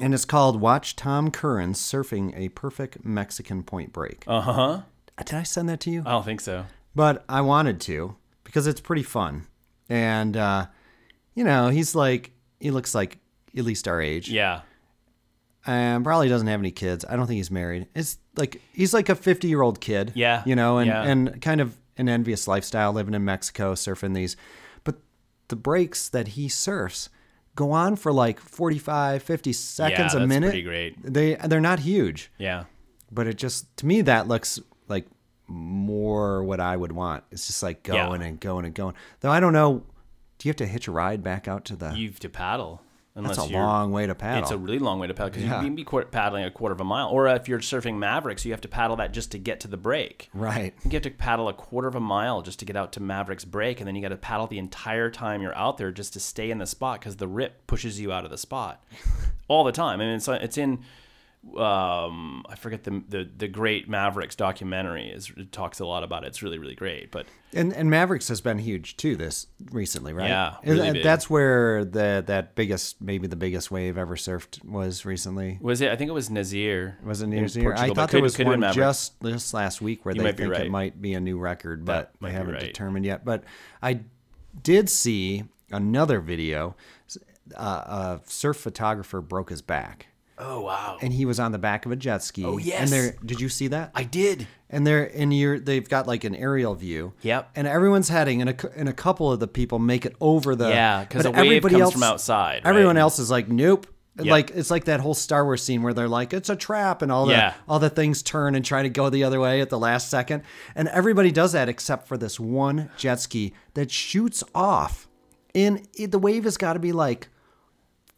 Speaker 2: and it's called "Watch Tom Curran Surfing a Perfect Mexican Point Break." Uh huh.
Speaker 1: Uh-huh.
Speaker 2: Did I send that to you?
Speaker 1: I don't think so.
Speaker 2: but I wanted to because it's pretty fun. And uh, you know, he's like he looks like at least our age.
Speaker 1: Yeah,
Speaker 2: And probably doesn't have any kids. I don't think he's married. It's like he's like a 50-year-old kid.
Speaker 1: Yeah.
Speaker 2: You know, and
Speaker 1: Yeah.
Speaker 2: and kind of an envious lifestyle living in Mexico surfing these. But the breaks that he surfs go on for like 45, 50 seconds
Speaker 1: Yeah,
Speaker 2: a
Speaker 1: that's
Speaker 2: minute.
Speaker 1: pretty great.
Speaker 2: They they're not huge
Speaker 1: yeah.
Speaker 2: but it just to me that looks like more what I would want. It's just like
Speaker 1: Yeah.
Speaker 2: going and going and going. Though I don't know, do you have to hitch a ride back out to the?
Speaker 1: You have to paddle. Unless
Speaker 2: that's a
Speaker 1: you're,
Speaker 2: long way to paddle.
Speaker 1: It's a really long way to paddle because
Speaker 2: Yeah.
Speaker 1: you can be qu- paddling a quarter of a mile, or if you're surfing Mavericks, you have to paddle that just to get to the break.
Speaker 2: right.
Speaker 1: You have to paddle a quarter of a mile just to get out to Mavericks break, and then you got to paddle the entire time you're out there just to stay in the spot because the rip pushes you out of the spot all the time. I mean, it's it's in um, I forget the, the the great Mavericks documentary is it talks a lot about it. It's really really great, but
Speaker 2: And and Mavericks has been huge too this recently, right?
Speaker 1: Yeah,
Speaker 2: And
Speaker 1: really
Speaker 2: that-
Speaker 1: big.
Speaker 2: that's where the that biggest maybe the biggest wave ever surfed was recently.
Speaker 1: was it? I think it was Nazir.
Speaker 2: Was it
Speaker 1: in
Speaker 2: New Year's Year? I
Speaker 1: Portugal, but
Speaker 2: thought
Speaker 1: could-
Speaker 2: there was
Speaker 1: could have
Speaker 2: one
Speaker 1: been Mavericks.
Speaker 2: just this last week where they
Speaker 1: might be
Speaker 2: think it
Speaker 1: right.
Speaker 2: might be a new record, but
Speaker 1: might
Speaker 2: I
Speaker 1: be
Speaker 2: haven't
Speaker 1: right.
Speaker 2: determined yet. But I did see another video. Uh, a surf photographer broke his back,
Speaker 1: Oh wow!
Speaker 2: and he was on the back of a jet ski. Oh
Speaker 1: yes.
Speaker 2: And there, did you see that?
Speaker 1: I did.
Speaker 2: and they're and you're they've got like an aerial view.
Speaker 1: Yep.
Speaker 2: And everyone's heading, and a cou- and a couple of the people make it over the
Speaker 1: Yeah, 'cause
Speaker 2: but
Speaker 1: the wave
Speaker 2: everybody
Speaker 1: comes from outside, right?
Speaker 2: Everyone else is like, nope.
Speaker 1: Yep.
Speaker 2: Like it's like that whole Star Wars scene where they're like, it's a trap, and all the
Speaker 1: Yeah.
Speaker 2: all the things turn and try to go the other way at the last second, and everybody does that except for this one jet ski that shoots off, and it, the wave has got to be like.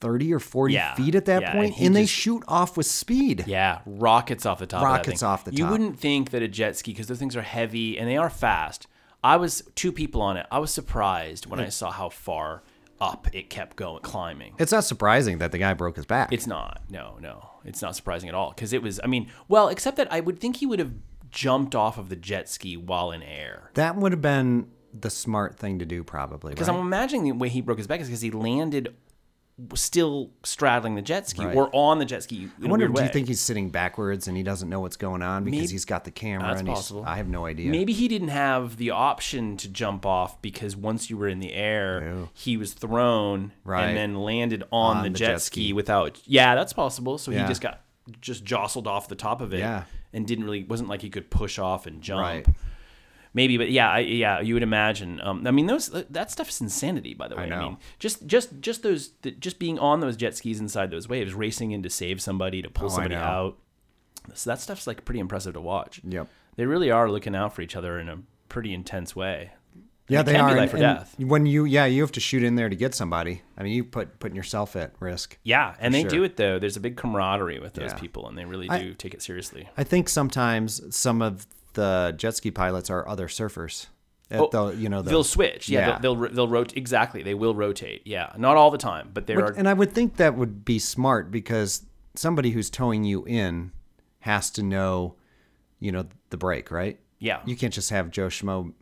Speaker 2: 30 or 40
Speaker 1: Yeah.
Speaker 2: feet at that
Speaker 1: Yeah,
Speaker 2: point,
Speaker 1: and he
Speaker 2: and, they
Speaker 1: just-
Speaker 2: shoot off with speed.
Speaker 1: Yeah, rockets off the top. of that
Speaker 2: Rockets
Speaker 1: thing.
Speaker 2: off the
Speaker 1: You
Speaker 2: top.
Speaker 1: wouldn't think that a jet ski, because those things are heavy and they are fast. I was two people on it. I was surprised when I saw how far up it kept going, climbing.
Speaker 2: It's not surprising that the guy broke his back.
Speaker 1: It's not. No, no, it's not surprising at all. Because it was. I mean, well, except that I would think he would have jumped off of the jet ski while in air.
Speaker 2: That would have been the smart thing to do, probably.
Speaker 1: Because
Speaker 2: right?
Speaker 1: I'm imagining the way he broke his back is because he landed still straddling the jet ski
Speaker 2: Right.
Speaker 1: or on the jet ski. In
Speaker 2: I wonder.
Speaker 1: a weird
Speaker 2: Do you
Speaker 1: way.
Speaker 2: think he's sitting backwards and he doesn't know what's going on because
Speaker 1: Maybe-
Speaker 2: he's got the camera?
Speaker 1: That's
Speaker 2: and he's-
Speaker 1: possible.
Speaker 2: I have no idea.
Speaker 1: Maybe he didn't have the option to jump off because once you were in the air, he was thrown
Speaker 2: Right.
Speaker 1: and then landed on,
Speaker 2: On
Speaker 1: the,
Speaker 2: the
Speaker 1: jet,
Speaker 2: jet
Speaker 1: ski,
Speaker 2: ski.
Speaker 1: without. Yeah, that's possible. So
Speaker 2: Yeah.
Speaker 1: he just got just jostled off the top of it
Speaker 2: Yeah.
Speaker 1: and didn't really wasn't like he could push off and jump.
Speaker 2: Right.
Speaker 1: Maybe, but yeah, I, yeah, you would imagine. Um, I mean, those that stuff is insanity, by the way.
Speaker 2: know.
Speaker 1: mean, just just just those the, just being on those jet skis inside those waves, racing in to save somebody to pull
Speaker 2: Oh, I
Speaker 1: somebody
Speaker 2: know.
Speaker 1: out. So that stuff's like pretty impressive to watch
Speaker 2: Yep.
Speaker 1: they really are looking out for each other in a pretty intense way.
Speaker 2: Yeah,
Speaker 1: It
Speaker 2: they
Speaker 1: can
Speaker 2: are.
Speaker 1: be
Speaker 2: and-
Speaker 1: life or
Speaker 2: and
Speaker 1: death.
Speaker 2: When you, yeah, you have to shoot in there to get somebody. I mean, you put putting yourself at risk.
Speaker 1: Yeah, and they
Speaker 2: sure.
Speaker 1: do it though. There's a big camaraderie with those
Speaker 2: Yeah.
Speaker 1: people, and they really do
Speaker 2: I-
Speaker 1: take it seriously.
Speaker 2: I think sometimes some of the jet ski pilots are other surfers. At
Speaker 1: Oh,
Speaker 2: the, you know, the,
Speaker 1: they'll switch. Yeah,
Speaker 2: yeah.
Speaker 1: they'll they'll, they'll rotate. Exactly, they will rotate. Yeah, not all the time, but there
Speaker 2: Which-
Speaker 1: are.
Speaker 2: and I would think that would be smart because somebody who's towing you in has to know, you know, the break, right?
Speaker 1: Yeah.
Speaker 2: You can't just have Joe Schmo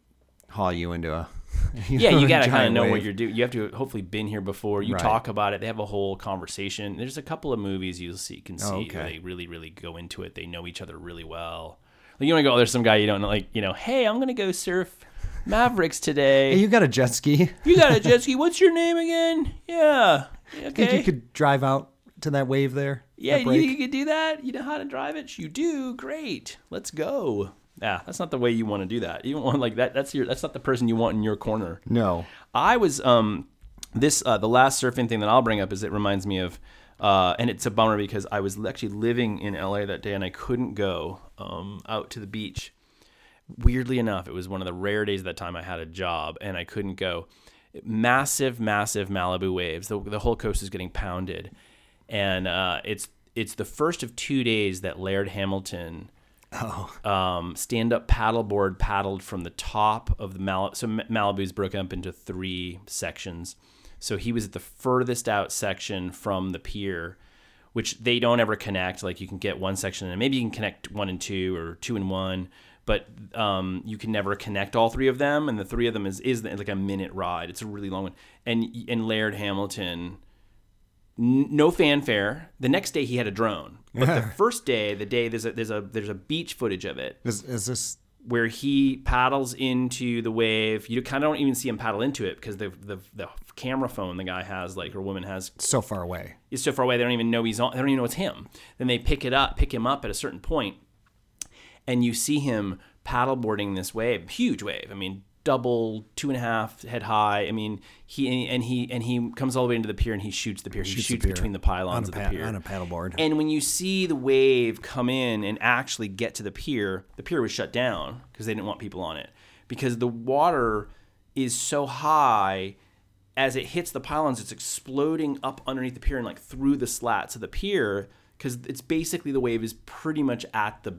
Speaker 2: haul you into a.
Speaker 1: yeah,
Speaker 2: know,
Speaker 1: you
Speaker 2: a
Speaker 1: gotta kind of
Speaker 2: giant
Speaker 1: know what
Speaker 2: wave.
Speaker 1: you're doing. You have to hopefully been here before. You
Speaker 2: Right.
Speaker 1: talk about it. They have a whole conversation. There's a couple of movies you'll see can see where
Speaker 2: Oh, okay.
Speaker 1: they really really go into it. They know each other really well. Like you want to go? Oh, there's some guy you don't know. Like you know, hey, I'm gonna go surf Mavericks today.
Speaker 2: Hey,
Speaker 1: you-,
Speaker 2: you got a jet ski.
Speaker 1: got a jet ski? What's your name again? Yeah. Okay.
Speaker 2: Think you could drive out to that wave there?
Speaker 1: Yeah,
Speaker 2: that
Speaker 1: you,
Speaker 2: break?
Speaker 1: you could do that. You know how to drive it. You do. Great. Let's go. Yeah, that's not the way you want to do that. You don't want like that. That's your. That's not the person you want in your corner.
Speaker 2: no.
Speaker 1: I was um this uh, the last surfing thing that I'll bring up is it reminds me of uh, and it's a bummer because I was actually living in LA that day and I couldn't go um, out to the beach. Weirdly enough, it was one of the rare days at that time I had a job and I couldn't go. Massive, massive Malibu waves. The, the whole coast is getting pounded, and uh, it's it's the first of two days that Laird Hamilton um, stand up paddleboard paddled from the top of the Malibu. So Ma- Malibu's broken up into three sections. So he was at the furthest out section from the pier, which they don't ever connect. Like you can get one section and maybe you can connect one and two or two and one, but um, you can never connect all three of them. And the three of them is is like a minute ride. It's a really long one. And and Laird Hamilton n- no fanfare. The next day he had a drone, but the first day, the day there's a there's a there's a beach footage of it
Speaker 2: Is, is this
Speaker 1: where he paddles into the wave. You kind of don't even see him paddle into it because the, the the camera phone the guy has like or woman has
Speaker 2: so far away?
Speaker 1: is so far away they don't even know he's on. They don't even know it's him. Then they pick it up, pick him up at a certain point, and you see him paddleboarding this wave, huge wave. I mean, double, two and a half head high. I mean, he and he and he comes all the way into the pier and he shoots the pier. he
Speaker 2: Shoots the
Speaker 1: shoots
Speaker 2: pier.
Speaker 1: between the pylons
Speaker 2: on a,
Speaker 1: of
Speaker 2: pa-
Speaker 1: the pier
Speaker 2: on a paddleboard.
Speaker 1: and when you see the wave come in and actually get to the pier, the pier was shut down because they didn't want people on it because the water is so high as it hits the pylons, it's exploding up underneath the pier and like through the slats of the pier because it's basically the wave is pretty much at the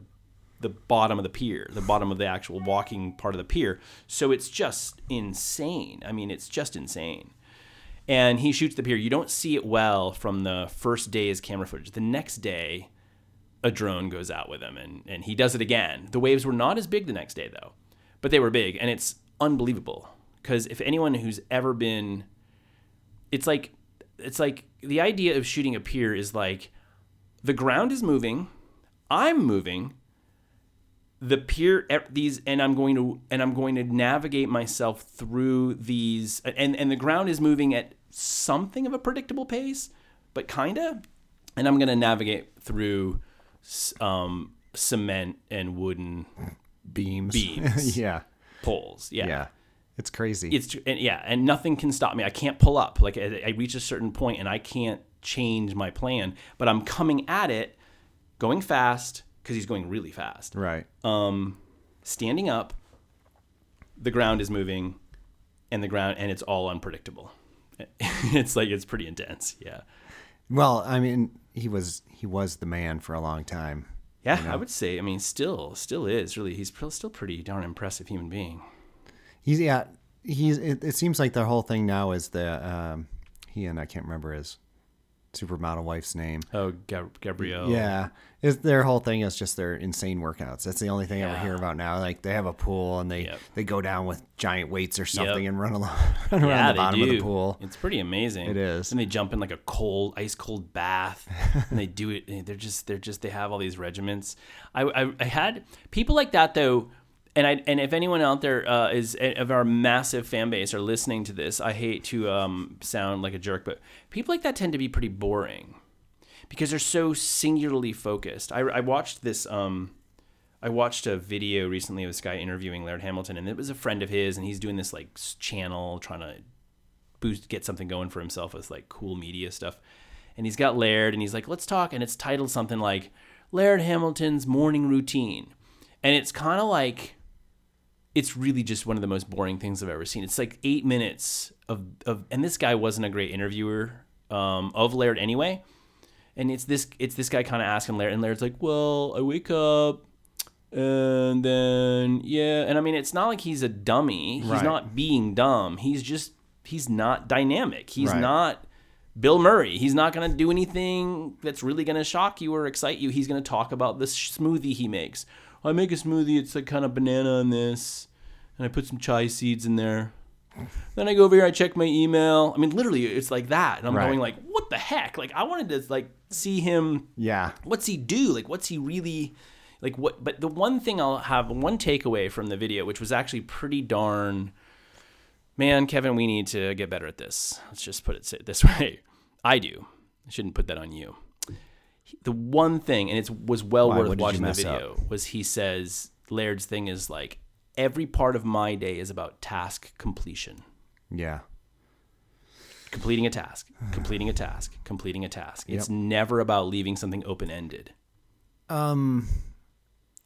Speaker 1: the bottom of the pier, the bottom of the actual walking part of the pier. So it's just insane. I mean, it's just insane and he shoots the pier. You don't see it well from the first day's camera footage. The next day, a drone goes out with him, and, and he does it again. The waves were not as big the next day, though, but they were big, and it's unbelievable. Because if anyone who's ever been, it's like, it's like the idea of shooting a pier is like, the ground is moving, I'm moving, the peer at these and i'm going to and i'm going to navigate myself through these and and the ground is moving at something of a predictable pace but kinda and i'm going to navigate through s- um cement and wooden
Speaker 2: beams.
Speaker 1: Beams.
Speaker 2: yeah.
Speaker 1: poles yeah,
Speaker 2: yeah. It's crazy.
Speaker 1: it's tr- and yeah and nothing can stop me i can't pull up like I, I reach a certain point and i can't change my plan but i'm coming at it going fast because he's going really fast
Speaker 2: right.
Speaker 1: um standing up, the ground is moving, and the ground and it's all unpredictable. it's like it's pretty intense. Yeah,
Speaker 2: well, I mean, he was he was the man for a long time.
Speaker 1: yeah. I would say. I mean, still, still is really. He's pr- still pretty darn impressive human being.
Speaker 2: He's yeah. He's. It, it seems like the whole thing now is the um, he and I can't remember his supermodel wife's name.
Speaker 1: Oh, Gab- Gabrielle.
Speaker 2: Yeah, is their whole thing is just their insane workouts. That's the only thing I ever hear about now. Like they have a pool and they
Speaker 1: Yep.
Speaker 2: they go down with giant weights or something
Speaker 1: Yep.
Speaker 2: and run along run around
Speaker 1: Yeah,
Speaker 2: the
Speaker 1: they
Speaker 2: bottom of the
Speaker 1: do.
Speaker 2: pool.
Speaker 1: It's pretty amazing.
Speaker 2: It is.
Speaker 1: And they jump in like a cold, ice cold bath, and they do it. and They're just, they're just, they have all these regiments. I, I, I had people like that though, and I, and if anyone out there uh, is of our massive fan base are listening to this, I hate to um, sound like a jerk, but people like that tend to be pretty boring because they're so singularly focused. I, I watched this. Um, I watched a video recently of this guy interviewing Laird Hamilton, and it was a friend of his, and he's doing this like s- channel trying to boost, get something going for himself with like cool media stuff. And he's got Laird, and he's like, let's talk. And it's titled something like Laird Hamilton's Morning Routine. And it's kind of like, it's really just one of the most boring things I've ever seen. It's like eight minutes of, of and this guy wasn't a great interviewer um, of Laird anyway. And it's this it's this guy kind of asking Laird, and Laird's like, "Well, I wake up, and then yeah." And I mean, it's not like he's a dummy. He's
Speaker 2: Right.
Speaker 1: not being dumb. He's just he's not dynamic. He's
Speaker 2: Right.
Speaker 1: not Bill Murray. He's not going to do anything that's really going to shock you or excite you. He's going to talk about this smoothie he makes. I make a smoothie. It's like kind of banana in this, and I put some chai seeds in there. Then I go over here. I check my email. I mean, literally, it's like that. And I'm
Speaker 2: Right.
Speaker 1: going like, what the heck? Like, I wanted to like see him
Speaker 2: Yeah.
Speaker 1: what's he do? Like, what's he really like? What? But the one thing I'll have one takeaway from the video, which was actually pretty darn. Man, Kevin, we need to get better at this. Let's just put it this way. I do. I shouldn't put that on you. The one thing, and it was well
Speaker 2: Why? What
Speaker 1: worth
Speaker 2: did you
Speaker 1: watching the
Speaker 2: mess up?
Speaker 1: video, was he says Laird's thing is like every part of my day is about task completion
Speaker 2: Yeah.
Speaker 1: completing a task, completing a task, completing a task. It's never about leaving something open ended.
Speaker 2: Um,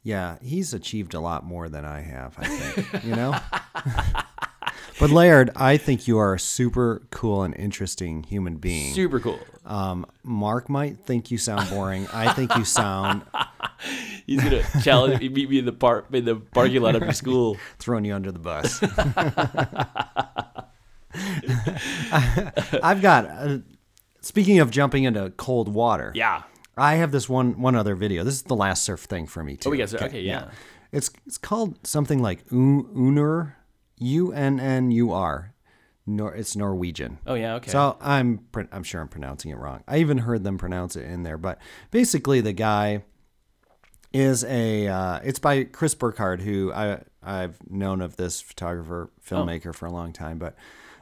Speaker 2: yeah, he's achieved a lot more than I have, I think, you know? but Laird, I think you are a super cool and interesting human being.
Speaker 1: Super cool.
Speaker 2: Um, Mark might think you sound boring. I think you sound
Speaker 1: He's gonna challenge me, meet me in the park in the parking lot of your school.
Speaker 2: throwing you under the bus. I've got, uh, speaking of jumping into cold water.
Speaker 1: Yeah.
Speaker 2: I have this one one other video. This is the last surf thing for me too.
Speaker 1: Oh, we got surf. Okay, yeah.
Speaker 2: It's it's called something like Un- Unur, U N N U R. Nor it's Norwegian.
Speaker 1: Oh yeah. Okay.
Speaker 2: So I'm pr- I'm sure I'm pronouncing it wrong. I even heard them pronounce it in there, but basically the guy is a uh, it's by Chris Burkhardt, who I I've known of this photographer
Speaker 1: Oh.
Speaker 2: filmmaker for a long time, but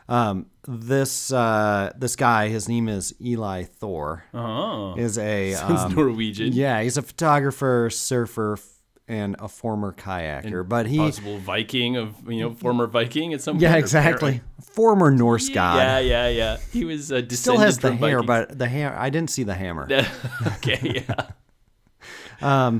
Speaker 2: um, this uh, this guy his name is Eli Thor
Speaker 1: oh,
Speaker 2: is a
Speaker 1: it's
Speaker 2: um,
Speaker 1: Norwegian.
Speaker 2: yeah he's a photographer, surfer, f- and a former kayaker, but he
Speaker 1: Possible Viking of you know former Viking at some point.
Speaker 2: yeah
Speaker 1: or
Speaker 2: exactly former Norse god.
Speaker 1: Yeah, yeah, yeah. He was uh,
Speaker 2: Still has the
Speaker 1: from
Speaker 2: hair,
Speaker 1: Vikings.
Speaker 2: but the hair. I didn't see the hammer.
Speaker 1: okay, yeah.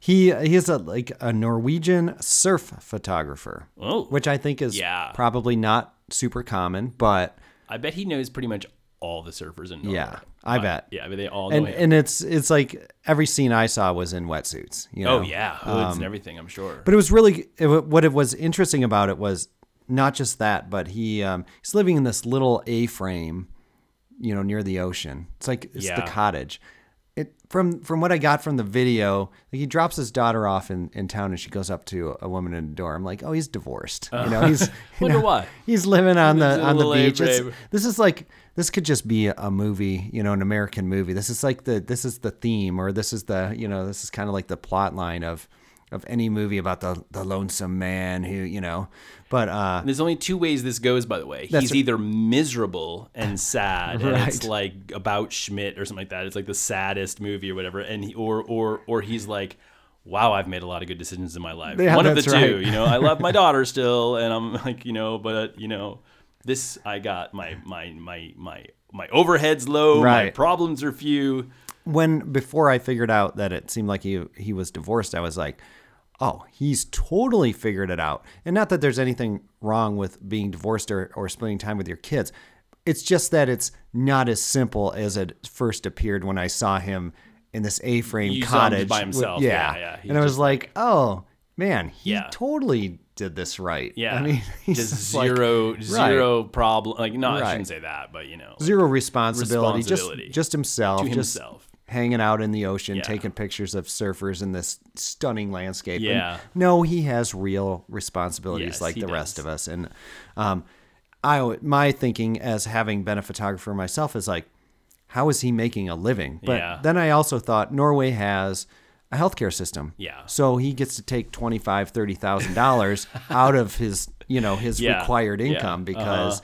Speaker 2: He he is a like a Norwegian surf photographer,
Speaker 1: Oh,
Speaker 2: which I think is
Speaker 1: Yeah.
Speaker 2: probably not super common, but
Speaker 1: I bet he knows pretty much all the surfers in Norway. Uh,
Speaker 2: yeah, I bet.
Speaker 1: yeah. I mean, they all know
Speaker 2: And
Speaker 1: him.
Speaker 2: and it's it's like every scene I saw was in wetsuits. You know?
Speaker 1: oh yeah, hoods
Speaker 2: Um,
Speaker 1: and everything. I'm sure.
Speaker 2: But it was really it, wa- what it was interesting about it was not just that, but he um, he's living in this little A-frame, you know, near the ocean. It's like it's the
Speaker 1: Yeah.
Speaker 2: cottage. It from from what I got from the video, like he drops his daughter off in, in town, and she goes up to a woman in the door. I'm like, oh, he's divorced. You know, he's you
Speaker 1: Uh-huh. Wonder
Speaker 2: know,
Speaker 1: why.
Speaker 2: he's living on
Speaker 1: Lives
Speaker 2: the
Speaker 1: in a
Speaker 2: on the
Speaker 1: little
Speaker 2: beach. It's-
Speaker 1: A-frame.
Speaker 2: this is like this could just be a movie, you know, an American movie. This is like the this is the theme, or this is the you know this is kind of like the plot line of of any movie about the the lonesome man who you know. But uh,
Speaker 1: There's only two ways this goes, by the way.
Speaker 2: That's
Speaker 1: He's
Speaker 2: right.
Speaker 1: either miserable and sad, and it's
Speaker 2: Right.
Speaker 1: like about Schmidt or something like that. It's like the saddest movie or whatever, and he, or or or he's like, "Wow, I've made a lot of good decisions in my life."
Speaker 2: Yeah,
Speaker 1: One of the
Speaker 2: that's
Speaker 1: two,
Speaker 2: right.
Speaker 1: you know. I love my daughter still, and I'm like, you know, but uh, you know, this I got my my my my my overhead's low, my
Speaker 2: Right.
Speaker 1: problems are few.
Speaker 2: when before I figured out that it seemed like he he was divorced, I was like, oh, he's totally figured it out. And not that there's anything wrong with being divorced or, or spending time with your kids. It's just that it's not as simple as it first appeared when I saw him in this A-frame
Speaker 1: You saw him
Speaker 2: cottage
Speaker 1: just by
Speaker 2: with-
Speaker 1: himself.
Speaker 2: yeah,
Speaker 1: Yeah, yeah. He's
Speaker 2: And I was like, oh man, he
Speaker 1: Yeah.
Speaker 2: totally did this right.
Speaker 1: Yeah,
Speaker 2: I mean, he's
Speaker 1: just
Speaker 2: like,
Speaker 1: zero zero problem. Like, no, I
Speaker 2: Right.
Speaker 1: shouldn't say that, but you know,
Speaker 2: zero responsibility,
Speaker 1: Responsibility.
Speaker 2: just just himself,
Speaker 1: To
Speaker 2: just
Speaker 1: himself.
Speaker 2: hanging out in the ocean,
Speaker 1: Yeah.
Speaker 2: taking pictures of surfers in this stunning landscape. And
Speaker 1: Yeah.
Speaker 2: no, he has real responsibilities
Speaker 1: Yes,
Speaker 2: like
Speaker 1: he
Speaker 2: the rest
Speaker 1: does.
Speaker 2: of us, and um, I w- my thinking as having been a photographer myself is like, how is he making a living? But
Speaker 1: Yeah.
Speaker 2: then I also thought Norway has. A healthcare system.
Speaker 1: Yeah.
Speaker 2: So he gets to take twenty five, thirty thousand dollars out of his, you know, his
Speaker 1: Yeah.
Speaker 2: required
Speaker 1: Yeah. Uh-huh.
Speaker 2: income because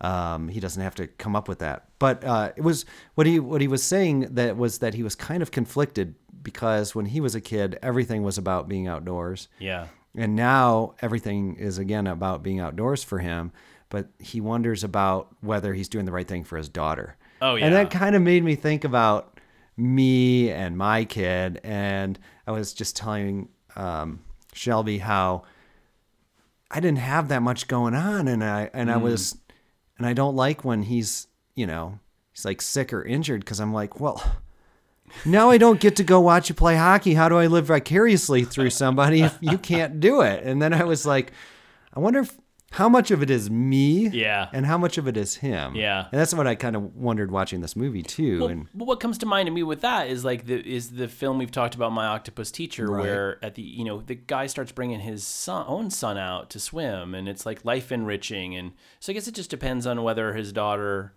Speaker 2: um, he doesn't have to come up with that. But uh, it was what he what he was saying that was that he was kind of conflicted because when he was a kid, everything was about being outdoors,
Speaker 1: yeah.
Speaker 2: and now everything is again about being outdoors for him. But he wonders about whether he's doing the right thing for his daughter.
Speaker 1: Oh,
Speaker 2: and
Speaker 1: yeah.
Speaker 2: that kind of made me think about me and my kid. And I was just telling um, Shelby how I didn't have that much going on, and I and I was,
Speaker 1: Mm.
Speaker 2: and I don't like when he's you know he's like sick or injured because I'm like, well, now I don't get to go watch you play hockey. How do I live vicariously through somebody if you can't do it? And then I was like, I wonder if, how much of it is me,
Speaker 1: Yeah.
Speaker 2: and how much of it is him,
Speaker 1: Yeah.
Speaker 2: And that's what I kind of wondered watching this movie too.
Speaker 1: Well,
Speaker 2: and
Speaker 1: well, what comes to mind to me with that is like the is the film we've talked about, My Octopus Teacher,
Speaker 2: Right.
Speaker 1: where at the you know the guy starts bringing his son, own son out to swim, and it's like life enriching, and so I guess it just depends on whether his daughter,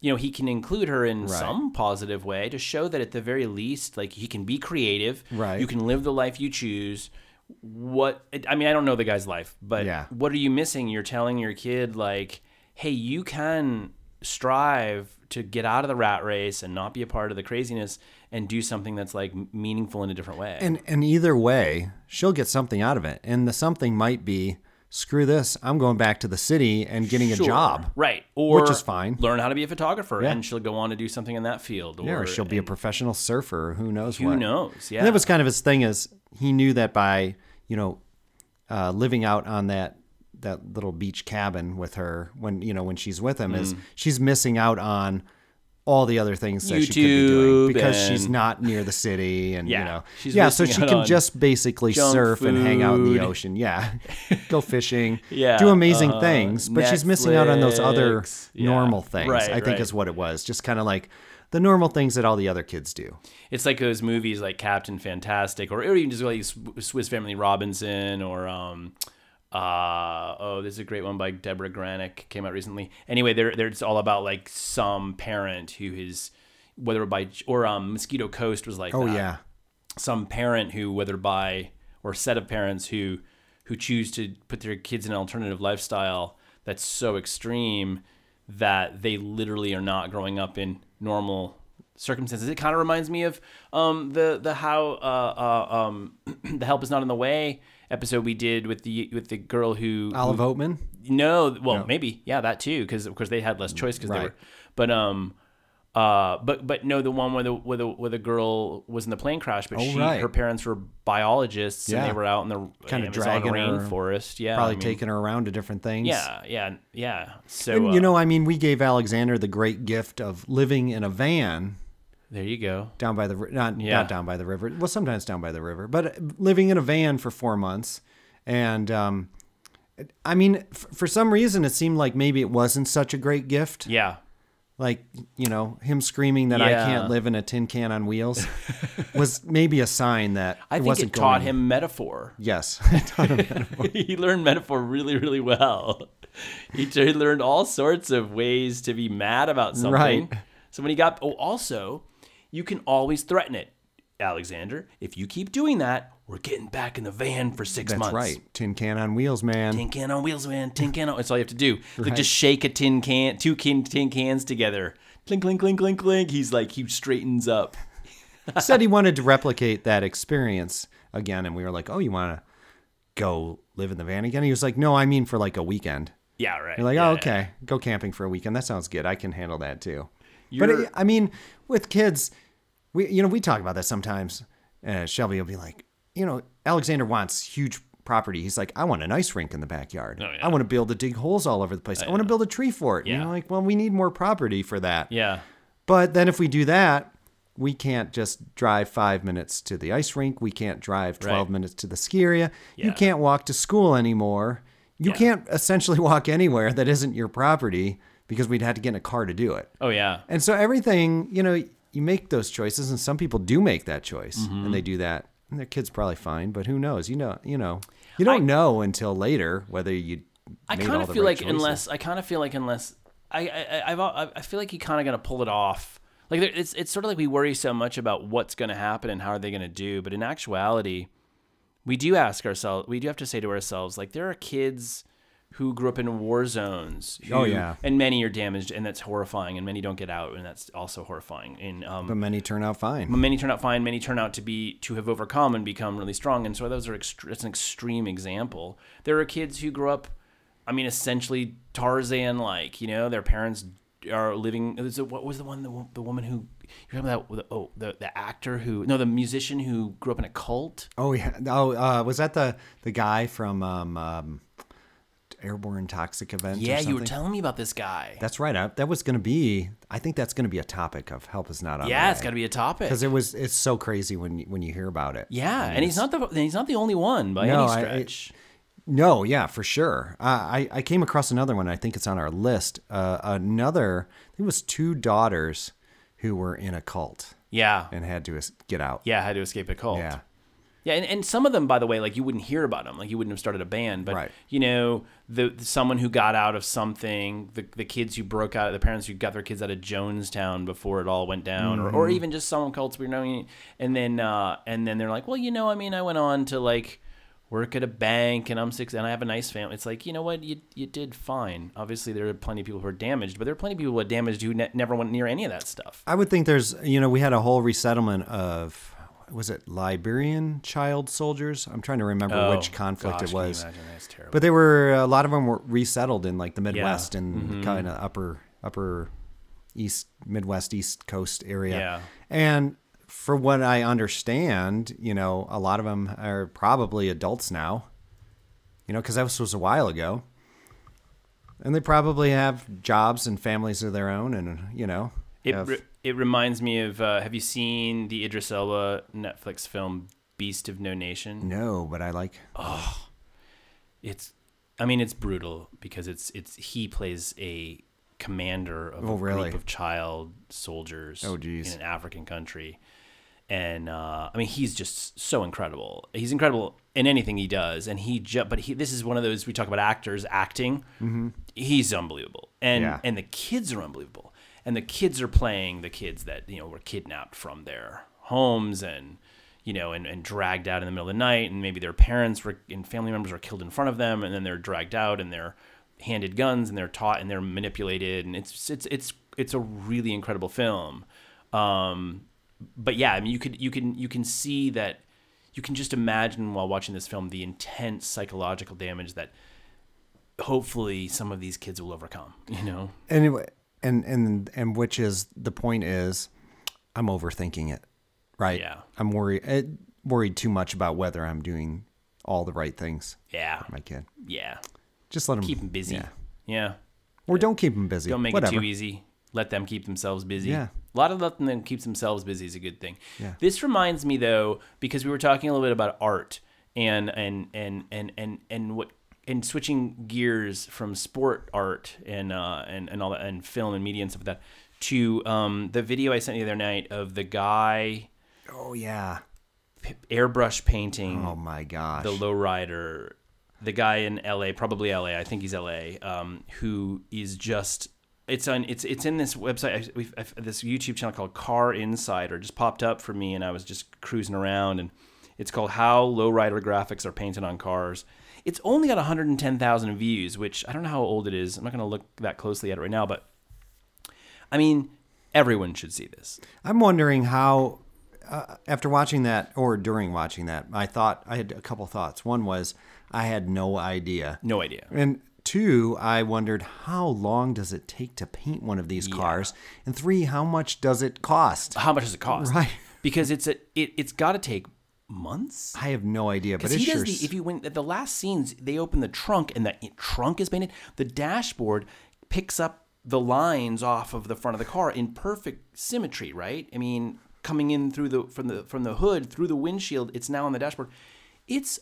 Speaker 1: you know, he can include her in some positive way to show that at the very least, like he can be creative,
Speaker 2: Right.
Speaker 1: You can live the life you choose. What I mean, I don't know the guy's life, but
Speaker 2: Yeah.
Speaker 1: what are you missing? You're telling your kid like, "Hey, you can strive to get out of the rat race and not be a part of the craziness and do something that's like meaningful in a different way."
Speaker 2: And and either way, she'll get something out of it. And the something might be, screw this, I'm going back to the city and getting
Speaker 1: Sure.
Speaker 2: a job.
Speaker 1: right? Or
Speaker 2: Which is fine.
Speaker 1: Learn how to be a photographer,
Speaker 2: Yeah.
Speaker 1: and she'll go on to do something in that field. Or,
Speaker 2: Yeah, or she'll be a
Speaker 1: and
Speaker 2: professional surfer. or Who knows
Speaker 1: who
Speaker 2: what?
Speaker 1: knows? Yeah,
Speaker 2: And that was kind of his thing is he knew that by you know uh, living out on that that little beach cabin with her when you know when she's with him
Speaker 1: Mm.
Speaker 2: is she's missing out on all the other things that she could be doing
Speaker 1: YouTube
Speaker 2: because she's
Speaker 1: and-
Speaker 2: not near the city and
Speaker 1: Yeah,
Speaker 2: you know
Speaker 1: she's
Speaker 2: yeah so
Speaker 1: missing
Speaker 2: she
Speaker 1: out
Speaker 2: can
Speaker 1: on
Speaker 2: just basically
Speaker 1: junk
Speaker 2: surf and hang out in
Speaker 1: food.
Speaker 2: the ocean yeah go fishing
Speaker 1: Yeah,
Speaker 2: do amazing
Speaker 1: uh,
Speaker 2: things but she's missing out on those other
Speaker 1: Netflix. Yeah,
Speaker 2: normal things
Speaker 1: right,
Speaker 2: I think
Speaker 1: right.
Speaker 2: is what it was just kind of like the normal things that all the other kids do
Speaker 1: it's like those movies like Captain Fantastic or, or even just like Sw- Swiss Family Robinson or um uh oh there's a great one by Deborah Granick came out recently. Anyway, they're they're it's all about like some parent who is whether by or um Mosquito Coast was like uh,
Speaker 2: oh
Speaker 1: that.
Speaker 2: yeah
Speaker 1: some parent who whether by or set of parents who who choose to put their kids in an alternative lifestyle that's so extreme that they literally are not growing up in normal circumstances it kind of reminds me of um the the how uh, uh um the help is not in the way episode we did with the with the girl who who
Speaker 2: Olive Oatman
Speaker 1: no, well, maybe, yeah, that too, because of course they had less choice because they
Speaker 2: Right.
Speaker 1: were, but um, uh, but but no, the one where the where the where the girl was in the plane crash, but she
Speaker 2: Oh, right.
Speaker 1: her parents were biologists and
Speaker 2: Yeah.
Speaker 1: they were out in the
Speaker 2: Kinda
Speaker 1: Amazon
Speaker 2: dragging her,
Speaker 1: rainforest, yeah,
Speaker 2: probably
Speaker 1: I mean,
Speaker 2: taking her around to different things.
Speaker 1: yeah, yeah, yeah. So
Speaker 2: And,
Speaker 1: uh,
Speaker 2: you know, I mean, we gave Alexander the great gift of living in a van
Speaker 1: there you go.
Speaker 2: down by the ri- not
Speaker 1: Yeah.
Speaker 2: not down by the river. Well, sometimes down by the river, but uh, living in a van for four months, and um, I mean, f- for some reason, it seemed like maybe it wasn't such a great gift.
Speaker 1: Yeah,
Speaker 2: Like you know, him screaming that I
Speaker 1: Yeah.
Speaker 2: can't live in a tin can on wheels was maybe a sign that
Speaker 1: I
Speaker 2: it
Speaker 1: think
Speaker 2: wasn't
Speaker 1: it taught
Speaker 2: going-
Speaker 1: him metaphor.
Speaker 2: Yes,
Speaker 1: he learned metaphor really, really well. He, t- he learned all sorts of ways to be mad about something.
Speaker 2: Right.
Speaker 1: So when he got, oh, also, you can always threaten it, Alexander. If you keep doing that, we're getting back in the van for six
Speaker 2: that's
Speaker 1: months.
Speaker 2: right. Tin can on wheels, man.
Speaker 1: Tin can on wheels, man. Tin can on. That's all you have to do. Like just shake a tin can, two kin, tin cans together. Clink, clink, clink, clink, clink. He's like he straightens up.
Speaker 2: said he wanted to replicate that experience again and we were like oh you want to go live in the van again he was like no i mean for like a weekend
Speaker 1: Yeah, right.
Speaker 2: you're like
Speaker 1: Yeah,
Speaker 2: oh
Speaker 1: yeah.
Speaker 2: okay go camping for a weekend that sounds good i can handle that too
Speaker 1: You're-
Speaker 2: but i mean with kids we you know we talk about that sometimes uh, shelby will be like you know alexander wants huge property he's like i want an ice rink in the backyard
Speaker 1: Oh, yeah.
Speaker 2: i want to be able to dig holes all over the place i, want to build a tree fort
Speaker 1: Yeah.
Speaker 2: you know like well we need more property for that
Speaker 1: Yeah.
Speaker 2: but then if we do that, we can't just drive five minutes to the ice rink. We can't drive 12
Speaker 1: Right.
Speaker 2: minutes to the ski area. You
Speaker 1: Yeah.
Speaker 2: can't walk to school anymore. You
Speaker 1: Yeah.
Speaker 2: can't essentially walk anywhere that isn't your property because we'd have to get in a car to do it.
Speaker 1: Oh yeah.
Speaker 2: And so everything, you know, you make those choices and some people do make that choice
Speaker 1: Mm-hmm.
Speaker 2: and they do that. And their kids probably fine, but who knows? You know, you know. You don't know until later whether you
Speaker 1: I
Speaker 2: made
Speaker 1: kind
Speaker 2: all
Speaker 1: of
Speaker 2: the
Speaker 1: feel
Speaker 2: right
Speaker 1: like
Speaker 2: choices.
Speaker 1: unless I kind of feel like unless I I I've, I I feel like he kind of got to pull it off. Like there- it's it's sort of like we worry so much about what's going to happen and how are they going to do, but in actuality, we do ask ourselves, we do have to say to ourselves, like there are kids who grew up in war zones. Who,
Speaker 2: Oh, yeah.
Speaker 1: and many are damaged, and that's horrifying, and many don't get out, and that's also horrifying. And um,
Speaker 2: but many turn out fine.
Speaker 1: many turn out fine many turn out to be to have overcome and become really strong and so those are ext- it's an extreme example there are kids who grew up i mean essentially tarzan like you know their parents are living it was a- what was the one the, wo- the woman who you remember that oh the, the actor who no the musician who grew up in a cult
Speaker 2: Oh yeah. Oh, uh, was that the the guy from um, um, airborne toxic event. or
Speaker 1: Yeah, you were
Speaker 2: something.
Speaker 1: telling me about this guy.
Speaker 2: That's right. I, that was going to be. I think that's going to be a topic of help is not on.
Speaker 1: yeah, it's got to be a topic.
Speaker 2: because it was. It's so crazy when you- when you hear about it.
Speaker 1: yeah,
Speaker 2: I mean,
Speaker 1: and he's
Speaker 2: it's-
Speaker 1: not the he's not the only one by
Speaker 2: No,
Speaker 1: any
Speaker 2: I- I-
Speaker 1: stretch.
Speaker 2: No, yeah, for sure. Uh, I I came across another one. I think it's on our list. Uh, another. It was two daughters who were in a cult
Speaker 1: yeah,
Speaker 2: and had to es- get out.
Speaker 1: yeah, had to escape a cult.
Speaker 2: Yeah.
Speaker 1: Yeah, and, and some of them, by the way, like you wouldn't hear about them, like you wouldn't have started a band, but
Speaker 2: Right.
Speaker 1: you know, the, the- someone who got out of something, the, the kids who broke out, the parents who got their kids out of Jonestown before it all went down, or, or
Speaker 2: Mm.
Speaker 1: even just someone cults we know, and then uh, and then they're like, well, you know, I mean, I went on to like work at a bank, and I'm six, and I have a nice family. It's like, you know what, you you did fine. Obviously, there are plenty of people who are damaged, but there are plenty of people who are damaged who ne- never went near any of that stuff.
Speaker 2: I would think there's, you know, we had a whole resettlement of, was it Liberian child soldiers? I'm trying to remember which
Speaker 1: Oh,
Speaker 2: conflict
Speaker 1: gosh,
Speaker 2: it
Speaker 1: can you
Speaker 2: was.
Speaker 1: imagine? That's terrible.
Speaker 2: But they were a lot of them were resettled in like the Midwest
Speaker 1: Yeah. mm-hmm.
Speaker 2: and kind of upper upper east Midwest East Coast area.
Speaker 1: Yeah.
Speaker 2: And for what I understand, you know, a lot of them are probably adults now. You know, because that was, was a while ago. And they probably have jobs and families of their own, and you know,
Speaker 1: It,
Speaker 2: have-
Speaker 1: re- it reminds me of uh, have you seen the Idris Elba Netflix film Beast of No Nation?
Speaker 2: No, but I like.
Speaker 1: It's I mean it's brutal because it's it's he plays a commander of
Speaker 2: Oh,
Speaker 1: a
Speaker 2: really?
Speaker 1: group of child soldiers
Speaker 2: Oh, geez.
Speaker 1: in an African country. And uh, I mean he's just so incredible. He's incredible in anything he does and he ju- but he this is one of those we talk about actors acting. He's unbelievable. And
Speaker 2: Yeah.
Speaker 1: and the kids are unbelievable. And the kids are playing the kids that you know were kidnapped from their homes and you know and, and dragged out in the middle of the night and maybe their parents were and family members were killed in front of them and then they're dragged out and they're handed guns and they're taught and they're manipulated and it's it's it's it's a really incredible film. Um, but yeah, I mean you could you can you can see that you can just imagine while watching this film the intense psychological damage that hopefully some of these kids will overcome you know
Speaker 2: Anyway, and and and which is the point is, I'm overthinking it, right?
Speaker 1: Yeah.
Speaker 2: I'm worried eh, worried too much about whether I'm doing all the right things.
Speaker 1: yeah
Speaker 2: for My kid,
Speaker 1: yeah
Speaker 2: just let him
Speaker 1: keep them busy yeah,
Speaker 2: Yeah. Or don't keep him busy.
Speaker 1: don't make
Speaker 2: Whatever.
Speaker 1: it too easy let them keep themselves busy
Speaker 2: Yeah.
Speaker 1: a lot of letting them keep themselves busy is a good thing
Speaker 2: Yeah.
Speaker 1: this reminds me though because we were talking a little bit about art and and and and and and what and switching gears from sport art and uh and, and all that and film and media and stuff like that to um the video i sent you the other night of the guy
Speaker 2: Oh yeah.
Speaker 1: p- airbrush painting
Speaker 2: Oh my gosh.
Speaker 1: Mm. the lowrider, the guy in L.A., probably L.A. I think he's L.A. Um, who is just it's on it's it's in this website I, we've, i this YouTube channel called Car Insider just popped up for me, and I was just cruising around, and it's called How Lowrider Graphics Are Painted on Cars. It's only got 110,000 views, which I don't know how old it is. I'm not going to look that closely at it right now, but I mean, everyone should see this.
Speaker 2: I'm wondering how, uh, after watching that or during watching that, I thought I had a couple thoughts. One was I had no idea.
Speaker 1: No idea.
Speaker 2: And two, I wondered how long does it take to paint one of these cars? And three, how much does it cost?
Speaker 1: How much does it cost?
Speaker 2: Right.
Speaker 1: Because it's a it, it's got to take months.
Speaker 2: I have no idea, but
Speaker 1: Because
Speaker 2: it
Speaker 1: he
Speaker 2: sure
Speaker 1: does the, if
Speaker 2: you,
Speaker 1: you when at the last scenes they open the trunk and the i- trunk is painted, the dashboard picks up the lines off of the front of the car in perfect symmetry, right? I mean, coming in through the from the from the hood through the windshield, it's now on the dashboard. It's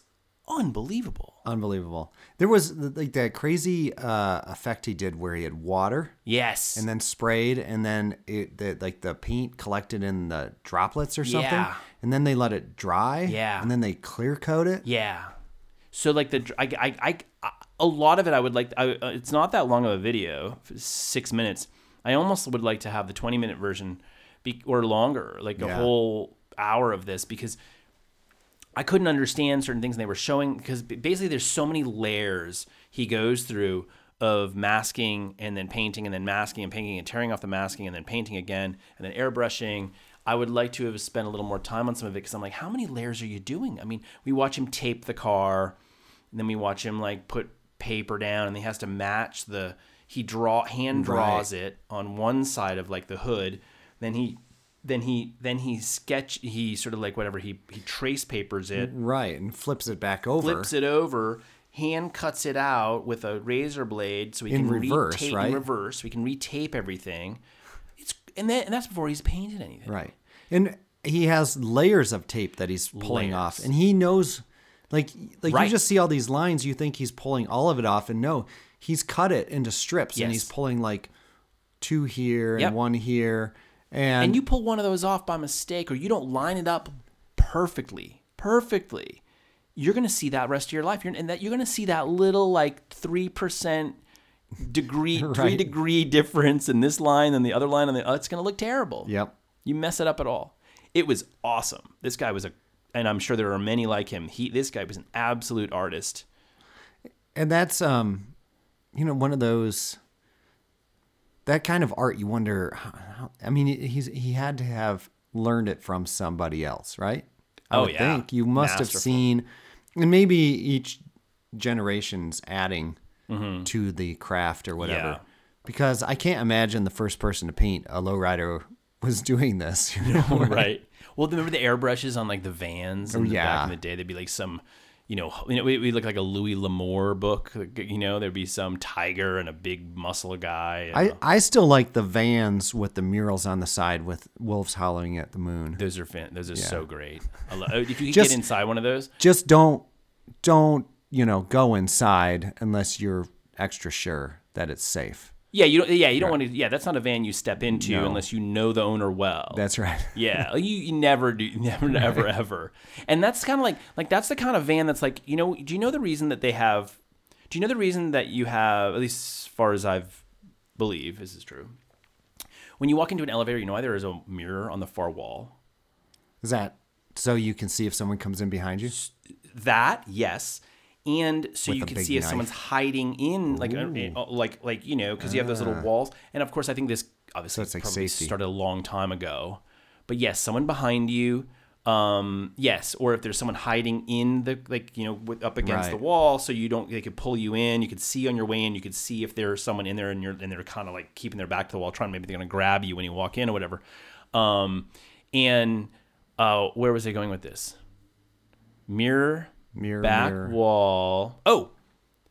Speaker 1: unbelievable.
Speaker 2: unbelievable. There was like that crazy uh, effect he did where he had water
Speaker 1: Yes.
Speaker 2: and then sprayed, and then it the, like the paint collected in the droplets or something,
Speaker 1: Yeah.
Speaker 2: and then they let it dry,
Speaker 1: Yeah.
Speaker 2: and then they clear coat it.
Speaker 1: Yeah. So like the I I, I a lot of it I would like I, uh, it's not that long of a video, 6 minutes. I almost would like to have the 20 minute version be, or longer, like a
Speaker 2: Yeah.
Speaker 1: whole hour of this because I couldn't understand certain things they were showing because b- basically there's so many layers he goes through of masking and then painting and then masking and painting and tearing off the masking and then painting again and then airbrushing. I would like to have spent a little more time on some of it because I'm like, how many layers are you doing? I mean, we watch him tape the car, and then we watch him like put paper down, and he has to match the he draw hand draws it on one side of like the hood, then he then he then he sketch he sort of like whatever he he trace papers it
Speaker 2: Right, and flips it back over.
Speaker 1: flips it over hand cuts it out with a razor blade so we
Speaker 2: In
Speaker 1: can
Speaker 2: reverse,
Speaker 1: retape
Speaker 2: right?
Speaker 1: in reverse. We can retape everything. It's and that, and that's before he's painted anything.
Speaker 2: Right. And he has layers of tape that he's pulling off.
Speaker 1: Layers.
Speaker 2: And he knows like like
Speaker 1: Right.
Speaker 2: you just see all these lines, you think he's pulling all of it off and no, he's cut it into strips and he's
Speaker 1: Yes.
Speaker 2: pulling like two here
Speaker 1: Yep.
Speaker 2: and one here. And,
Speaker 1: and you pull one of those off by mistake or you don't line it up perfectly perfectly you're going to see that rest of your life you're, and that you're going to see that little like 3% degree 3
Speaker 2: Right.
Speaker 1: degree difference in this line and the other line and the oh, it's going to look terrible
Speaker 2: Yep.
Speaker 1: you mess it up at all it was awesome this guy was a and i'm sure there are many like him he this guy was an absolute artist
Speaker 2: And that's um you know one of those that kind of art you wonder how, I mean he's he had to have learned it from somebody else, right? I
Speaker 1: Oh,
Speaker 2: would
Speaker 1: yeah.
Speaker 2: think you must
Speaker 1: Masterful.
Speaker 2: have seen and maybe each generation's adding to the craft or whatever.
Speaker 1: Mm-hmm. Yeah.
Speaker 2: Because I can't imagine the first person to paint a lowrider was doing this. You know?
Speaker 1: right. Well, remember the airbrushes on like the vans and the
Speaker 2: Oh, yeah.
Speaker 1: back in the day? There'd be like some, you know, you know, we, we look like a Louis L'Amour book. like, You know, there'd be some tiger and a big muscle guy. and-
Speaker 2: I, I still like the vans with the murals on the side with wolves howling at the moon.
Speaker 1: those are fan, those are so great. I lo- oh, if you could
Speaker 2: Just-
Speaker 1: get inside one of those,
Speaker 2: just don't don't you know go inside unless you're extra sure that it's safe
Speaker 1: yeah, you don't, yeah, you don't want to, yeah, that's not a van you step into
Speaker 2: No.
Speaker 1: unless you know the owner well.
Speaker 2: that's right
Speaker 1: Yeah, you, you never do, never, never, ever. And that's kind of like, like that's the kind of van that's like, you know, do you know the reason that they have? Do you know the reason that you have, at least as far as I've believe, this is true. When you walk into an elevator, you know why there is a mirror on the far wall.
Speaker 2: is that so you can see if someone comes in behind you
Speaker 1: That yes, and so
Speaker 2: With
Speaker 1: you
Speaker 2: a
Speaker 1: can
Speaker 2: big
Speaker 1: see if
Speaker 2: knife.
Speaker 1: someone's hiding in, like, uh, uh, like, like you know, because you have those little walls. And of course, I think this obviously
Speaker 2: Ah. it's like
Speaker 1: probably
Speaker 2: safety.
Speaker 1: started a long time ago. But yes, someone behind you. Um, yes, or if there's someone hiding in the like you know with, up against the
Speaker 2: Right.
Speaker 1: wall, so you don't they could pull you in. You could see on your way in. You could see if there's someone in there, and you're and they're kind of like keeping their back to the wall, trying maybe they're gonna grab you when you walk in or whatever. Um, and uh, where was I going with this? Mirror,
Speaker 2: Mirror,
Speaker 1: back
Speaker 2: mirror.
Speaker 1: wall. Oh,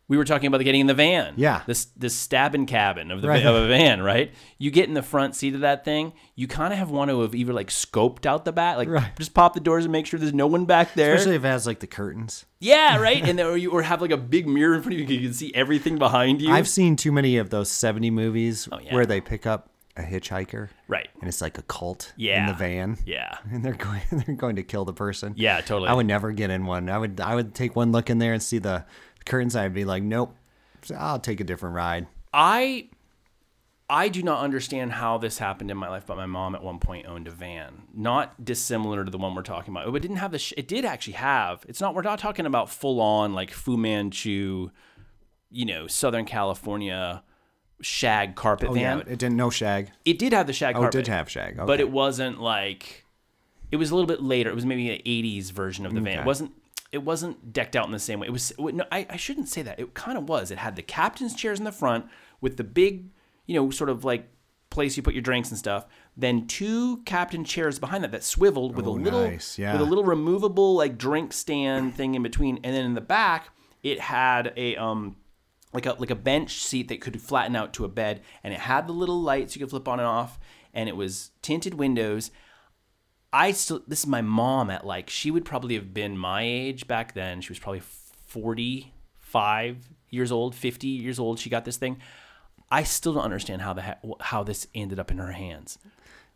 Speaker 1: we were talking about the getting in the van.
Speaker 2: Yeah.
Speaker 1: This this stabbing cabin of the
Speaker 2: Right.
Speaker 1: of a van, right? You get in the front seat of that thing. You kind of have want to have either like scoped out the back, like
Speaker 2: Right.
Speaker 1: just pop the doors and make sure there's no one back there.
Speaker 2: especially if it has like the curtains
Speaker 1: yeah, right. and then or you or have like a big mirror in front of you, you can see everything behind you. Oh,
Speaker 2: i've seen too many of those 70 movies
Speaker 1: yeah.
Speaker 2: where they pick up a hitchhiker
Speaker 1: right.
Speaker 2: and it's like a cult
Speaker 1: Yeah.
Speaker 2: in the van
Speaker 1: Yeah.
Speaker 2: and they're going they're going to kill the person
Speaker 1: Yeah, totally.
Speaker 2: i would never get in one i would i would take one look in there and see the curtains i'd be like nope i'll take a different ride
Speaker 1: I I do not understand how this happened in my life, but my mom at one point owned a van, not dissimilar to the one we're talking about. Oh, It didn't have the. Sh- it did actually have. It's not. We're not talking about full on like Fu Manchu, you know, Southern California shag carpet
Speaker 2: oh
Speaker 1: van.
Speaker 2: yeah it didn't no shag
Speaker 1: It did have the shag
Speaker 2: Oh, it
Speaker 1: carpet.
Speaker 2: did have shag. Okay.
Speaker 1: But it wasn't like it was a little bit later. It was maybe an '80s version of the van.
Speaker 2: Okay.
Speaker 1: It wasn't. It wasn't decked out in the same way. It was. No, I, I shouldn't say that. It kind of was. It had the captain's chairs in the front with the big, you know, sort of like place you put your drinks and stuff. Then two captain chairs behind that that swiveled with a
Speaker 2: Oh,
Speaker 1: little
Speaker 2: nice. Yeah.
Speaker 1: with a little removable like drink stand thing in between. And then in the back, it had a um like a like a bench seat that could flatten out to a bed and it had the little lights you could flip on and off and it was tinted windows i still this is my mom at like she would probably have been my age back then she was probably 45 years old 50 years old she got this thing i still don't understand how the he- how this ended up in her hands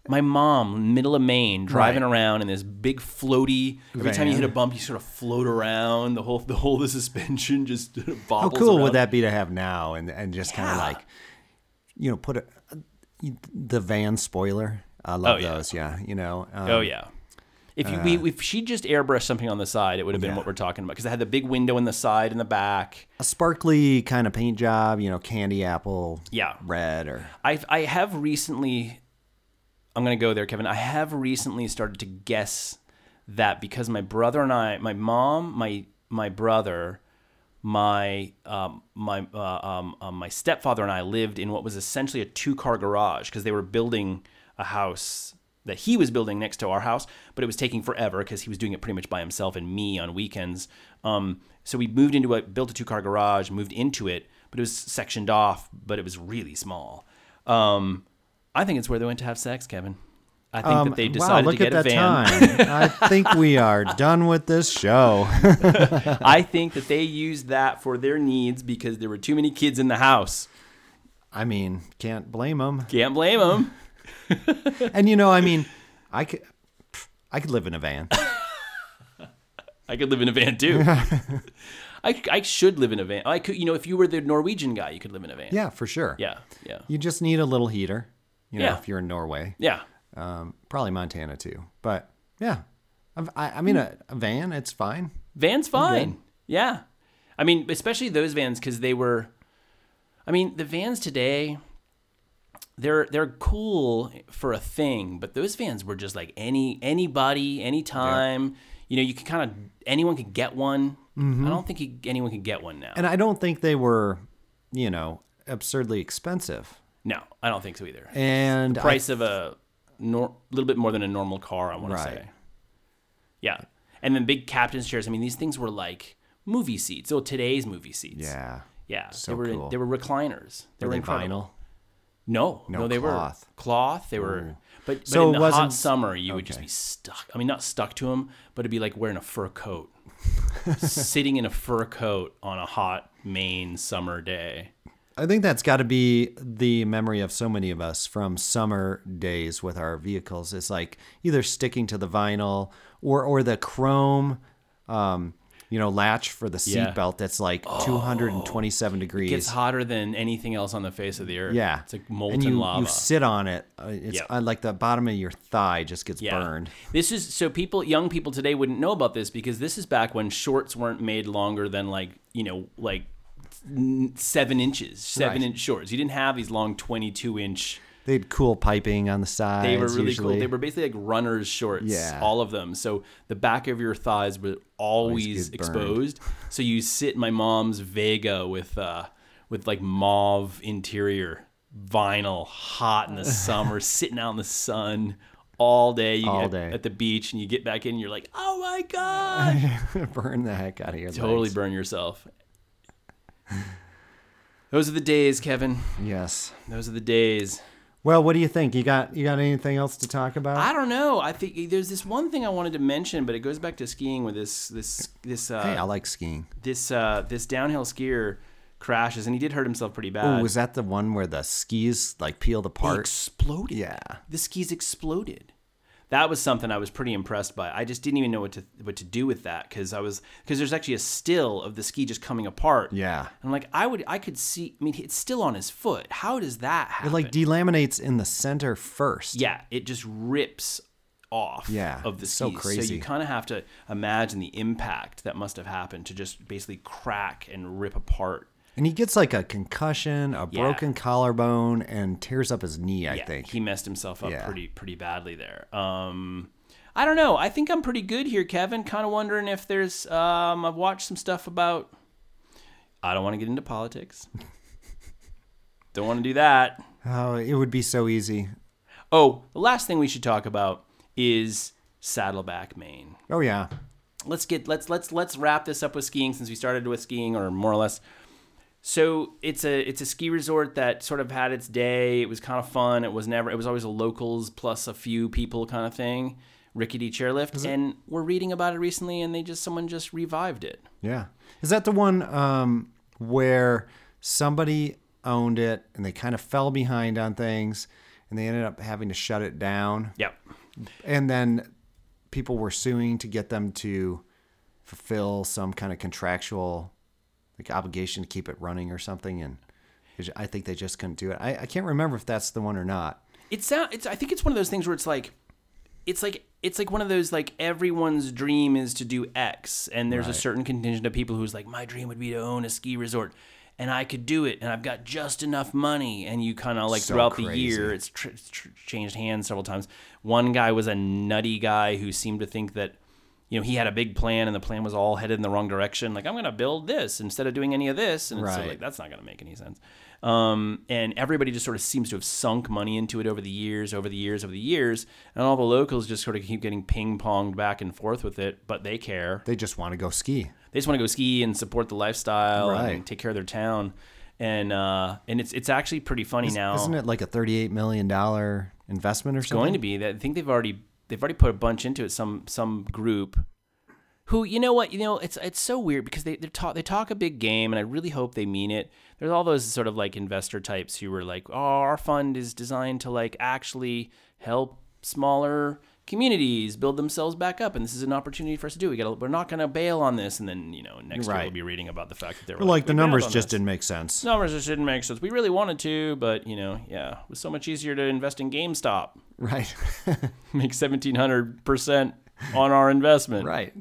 Speaker 1: my mom, middle of Maine, driving
Speaker 2: Right.
Speaker 1: around in this big floaty. Every time you
Speaker 2: Van.
Speaker 1: hit a bump, you sort of float around. The whole, the whole, the suspension just
Speaker 2: How
Speaker 1: bobbles
Speaker 2: Oh, cool
Speaker 1: around.
Speaker 2: would that be to have now and and just kind of
Speaker 1: Yeah.
Speaker 2: like, you know, put a, the van spoiler. I love
Speaker 1: Oh, yeah.
Speaker 2: those. Yeah, you know. Um,
Speaker 1: Oh yeah. If you, we, if she just airbrushed something on the side, it would have been
Speaker 2: Uh. Yeah.
Speaker 1: what we're talking about because it had the big window in the side and the back.
Speaker 2: A sparkly kind of paint job. You know, candy apple.
Speaker 1: Yeah.
Speaker 2: Red or
Speaker 1: I I have recently, I'm gonna go there, Kevin. I have recently started to guess that because my brother and I, my mom, my my brother, my um, my uh, um, um, my stepfather and I lived in what was essentially a two car garage because they were building a house that he was building next to our house, but it was taking forever because he was doing it pretty much by himself and me on weekends. Um, so we moved into a built a two car garage, moved into it, but it was sectioned off, but it was really small. Um, I think it's where they went to have sex, Kevin. I think
Speaker 2: Um,
Speaker 1: that they
Speaker 2: wow,
Speaker 1: decided
Speaker 2: look
Speaker 1: to get
Speaker 2: at
Speaker 1: a
Speaker 2: that
Speaker 1: van.
Speaker 2: time. I think we are done with this show.
Speaker 1: I think that they used that for their needs because there were too many kids in the house.
Speaker 2: I mean, can't blame them.
Speaker 1: Can't blame them.
Speaker 2: And you know, I mean, I could, I could live in a van.
Speaker 1: I could live in a van too. I, I should live in a van. I could, you know, if you were the Norwegian guy, you could live in a van.
Speaker 2: Yeah, for sure.
Speaker 1: Yeah. Yeah.
Speaker 2: You just need a little heater. You know,
Speaker 1: Yeah.
Speaker 2: if you're in Norway,
Speaker 1: Yeah.
Speaker 2: um, probably Montana too. But yeah, I've- I, I
Speaker 1: Hmm.
Speaker 2: mean, a, a van, it's fine.
Speaker 1: Van's fine. Yeah. I mean, especially those vans because they were. I mean, the vans today, they're they're cool for a thing, but those vans were just like any anybody, anytime. You know, you could kind of anyone could get one. I don't think you, anyone can get one now.
Speaker 2: Mm-hmm. And I don't think they were, you know, absurdly expensive.
Speaker 1: no, I don't think so either.
Speaker 2: And I
Speaker 1: price of a nor- little bit more than a normal car, I want
Speaker 2: Right.
Speaker 1: to say. Yeah. And then big captain's chairs. I mean, these things were like movie seats. Oh, today's movie seats.
Speaker 2: Yeah.
Speaker 1: Yeah.
Speaker 2: So
Speaker 1: they were
Speaker 2: cool.
Speaker 1: they were recliners. They
Speaker 2: Were
Speaker 1: were,
Speaker 2: they
Speaker 1: incredible.
Speaker 2: vinyl?
Speaker 1: No,
Speaker 2: No,
Speaker 1: no, they
Speaker 2: cloth.
Speaker 1: were cloth. They were but, but
Speaker 2: So
Speaker 1: in
Speaker 2: it
Speaker 1: the
Speaker 2: wasn't-
Speaker 1: hot summer you would just
Speaker 2: okay.
Speaker 1: be stuck. I mean not stuck to them, but it'd be like wearing a fur coat. Sitting in a fur coat on a hot Maine summer day.
Speaker 2: I think that's got to be the memory of so many of us from summer days with our vehicles. It's like either sticking to the vinyl or or the chrome, um, you know, latch for the
Speaker 1: Yeah. Oh.
Speaker 2: seatbelt that's like 227 degrees.
Speaker 1: It's hotter than anything else on the face of the earth.
Speaker 2: yeah,
Speaker 1: It's like molten
Speaker 2: and you,
Speaker 1: lava.
Speaker 2: You sit on it. uh, It's
Speaker 1: Yep.
Speaker 2: uh, like the bottom of your thigh just gets
Speaker 1: Yeah.
Speaker 2: burned.
Speaker 1: This is so people, young people today wouldn't know about this because this is back when shorts weren't made longer than like you know like n- seven inches, seven
Speaker 2: Right.
Speaker 1: inch shorts. You didn't have these long twenty two inch.
Speaker 2: They had cool piping on the sides.
Speaker 1: They were really
Speaker 2: usually.
Speaker 1: cool. They were basically like runners shorts,
Speaker 2: Yeah.
Speaker 1: all of them. So the back of your thighs were always
Speaker 2: get burned.
Speaker 1: exposed. So you sit in my mom's Vega with uh with like mauve interior, vinyl, hot in the summer, sitting out in the sun all day. You
Speaker 2: All
Speaker 1: get
Speaker 2: day.
Speaker 1: at the beach and you get back in and you're like, "Oh my god."
Speaker 2: burn the heck out of your
Speaker 1: totally
Speaker 2: legs.
Speaker 1: burn yourself. Those are the days, Kevin.
Speaker 2: Yes.
Speaker 1: Those are the days.
Speaker 2: Well, what do you think? You got you got anything else to talk about?
Speaker 1: I don't know. I think there's this one thing I wanted to mention, but it goes back to skiing with this this this uh,
Speaker 2: hey, I like skiing.
Speaker 1: this uh, this downhill skier crashes, and he did hurt himself pretty
Speaker 2: Ooh,
Speaker 1: bad.
Speaker 2: was that the one where the skis like peeled
Speaker 1: He
Speaker 2: apart?
Speaker 1: exploded.
Speaker 2: Yeah.
Speaker 1: the skis exploded. That was something I was pretty impressed by. I just didn't even know what to what to do with that because I was because there's actually a still of the ski just coming apart.
Speaker 2: Yeah.
Speaker 1: and like I would I could see. I mean, it's still on his foot. How does that happen?
Speaker 2: It like delaminates in the center first.
Speaker 1: yeah, it just rips off
Speaker 2: Yeah,
Speaker 1: of the
Speaker 2: it's
Speaker 1: skis.
Speaker 2: so
Speaker 1: So,
Speaker 2: crazy.
Speaker 1: you kind of have to imagine the impact that must have happened to just basically crack and rip apart.
Speaker 2: And he gets like a concussion, a
Speaker 1: Yeah.
Speaker 2: broken collarbone, and tears up his knee, I
Speaker 1: yeah,
Speaker 2: think.
Speaker 1: he messed himself up
Speaker 2: Yeah.
Speaker 1: pretty pretty badly there. Um, I don't know. I think I'm pretty good here, Kevin. Kind of wondering if there's. Um, I've watched some stuff about. I don't want to get into politics. don't want to do that.
Speaker 2: oh, it would be so easy.
Speaker 1: Oh, the last thing we should talk about is Saddleback, Maine.
Speaker 2: Oh yeah.
Speaker 1: let's get let's let's let's wrap this up with skiing since we started with skiing or more or less so it's a it's a ski resort that sort of had its day it was kind of fun it was never it was always a locals plus a few people kind of thing rickety chairlift and we're reading about it recently and they just someone just revived it
Speaker 2: Yeah. Is that the one um, where somebody owned it and they kind of fell behind on things and they ended up having to shut it down?
Speaker 1: yep
Speaker 2: And then people were suing to get them to fulfill some kind of contractual like obligation to keep it running or something. And they ju- I think they just couldn't do it. I, I can't remember if that's the one or not.
Speaker 1: it's not it's i think it's one of those things where it's like it's like it's like one of those like everyone's dream is to do x and there's a certain contingent of people who's like my dream would be to own a ski resort and i could do it and i've got just enough money and you kind of like
Speaker 2: So
Speaker 1: throughout the
Speaker 2: crazy.
Speaker 1: year it's, tr- it's tr- changed hands several times one guy was a nutty guy who seemed to think that you know, he had a big plan and the plan was all headed in the wrong direction. Like, I'm going to build this instead of doing any of this. And so,
Speaker 2: Right.
Speaker 1: like, that's not going to make any sense. Um, and everybody just sort of seems to have sunk money into it over the years, over the years, over the years. And all the locals just sort of keep getting ping ponged back and forth with it, but they care.
Speaker 2: They just want to go ski.
Speaker 1: They just want to go ski and support the lifestyle
Speaker 2: Right.
Speaker 1: and take care of their town. And uh, and it's it's actually pretty funny now.
Speaker 2: Isn't it like a $38 million investment or something?
Speaker 1: going to be that I think they've already they've already put a bunch into it. Some some group who you know what you know it's it's so weird because they they talk they talk a big game and I really hope they mean it. There's all those sort of like investor types who were like, oh, our fund is designed to like actually help smaller communities build themselves back up and this is an opportunity for us to do we got we're not going to bail on this and then you know next year
Speaker 2: Right.
Speaker 1: we'll be reading about the fact that they're
Speaker 2: But like the numbers just
Speaker 1: didn't
Speaker 2: didn't make sense.
Speaker 1: numbers just didn't make sense we really wanted to but you know yeah it was so much easier to invest in gamestop
Speaker 2: Right.
Speaker 1: make seventeen hundred percent on our investment.
Speaker 2: right.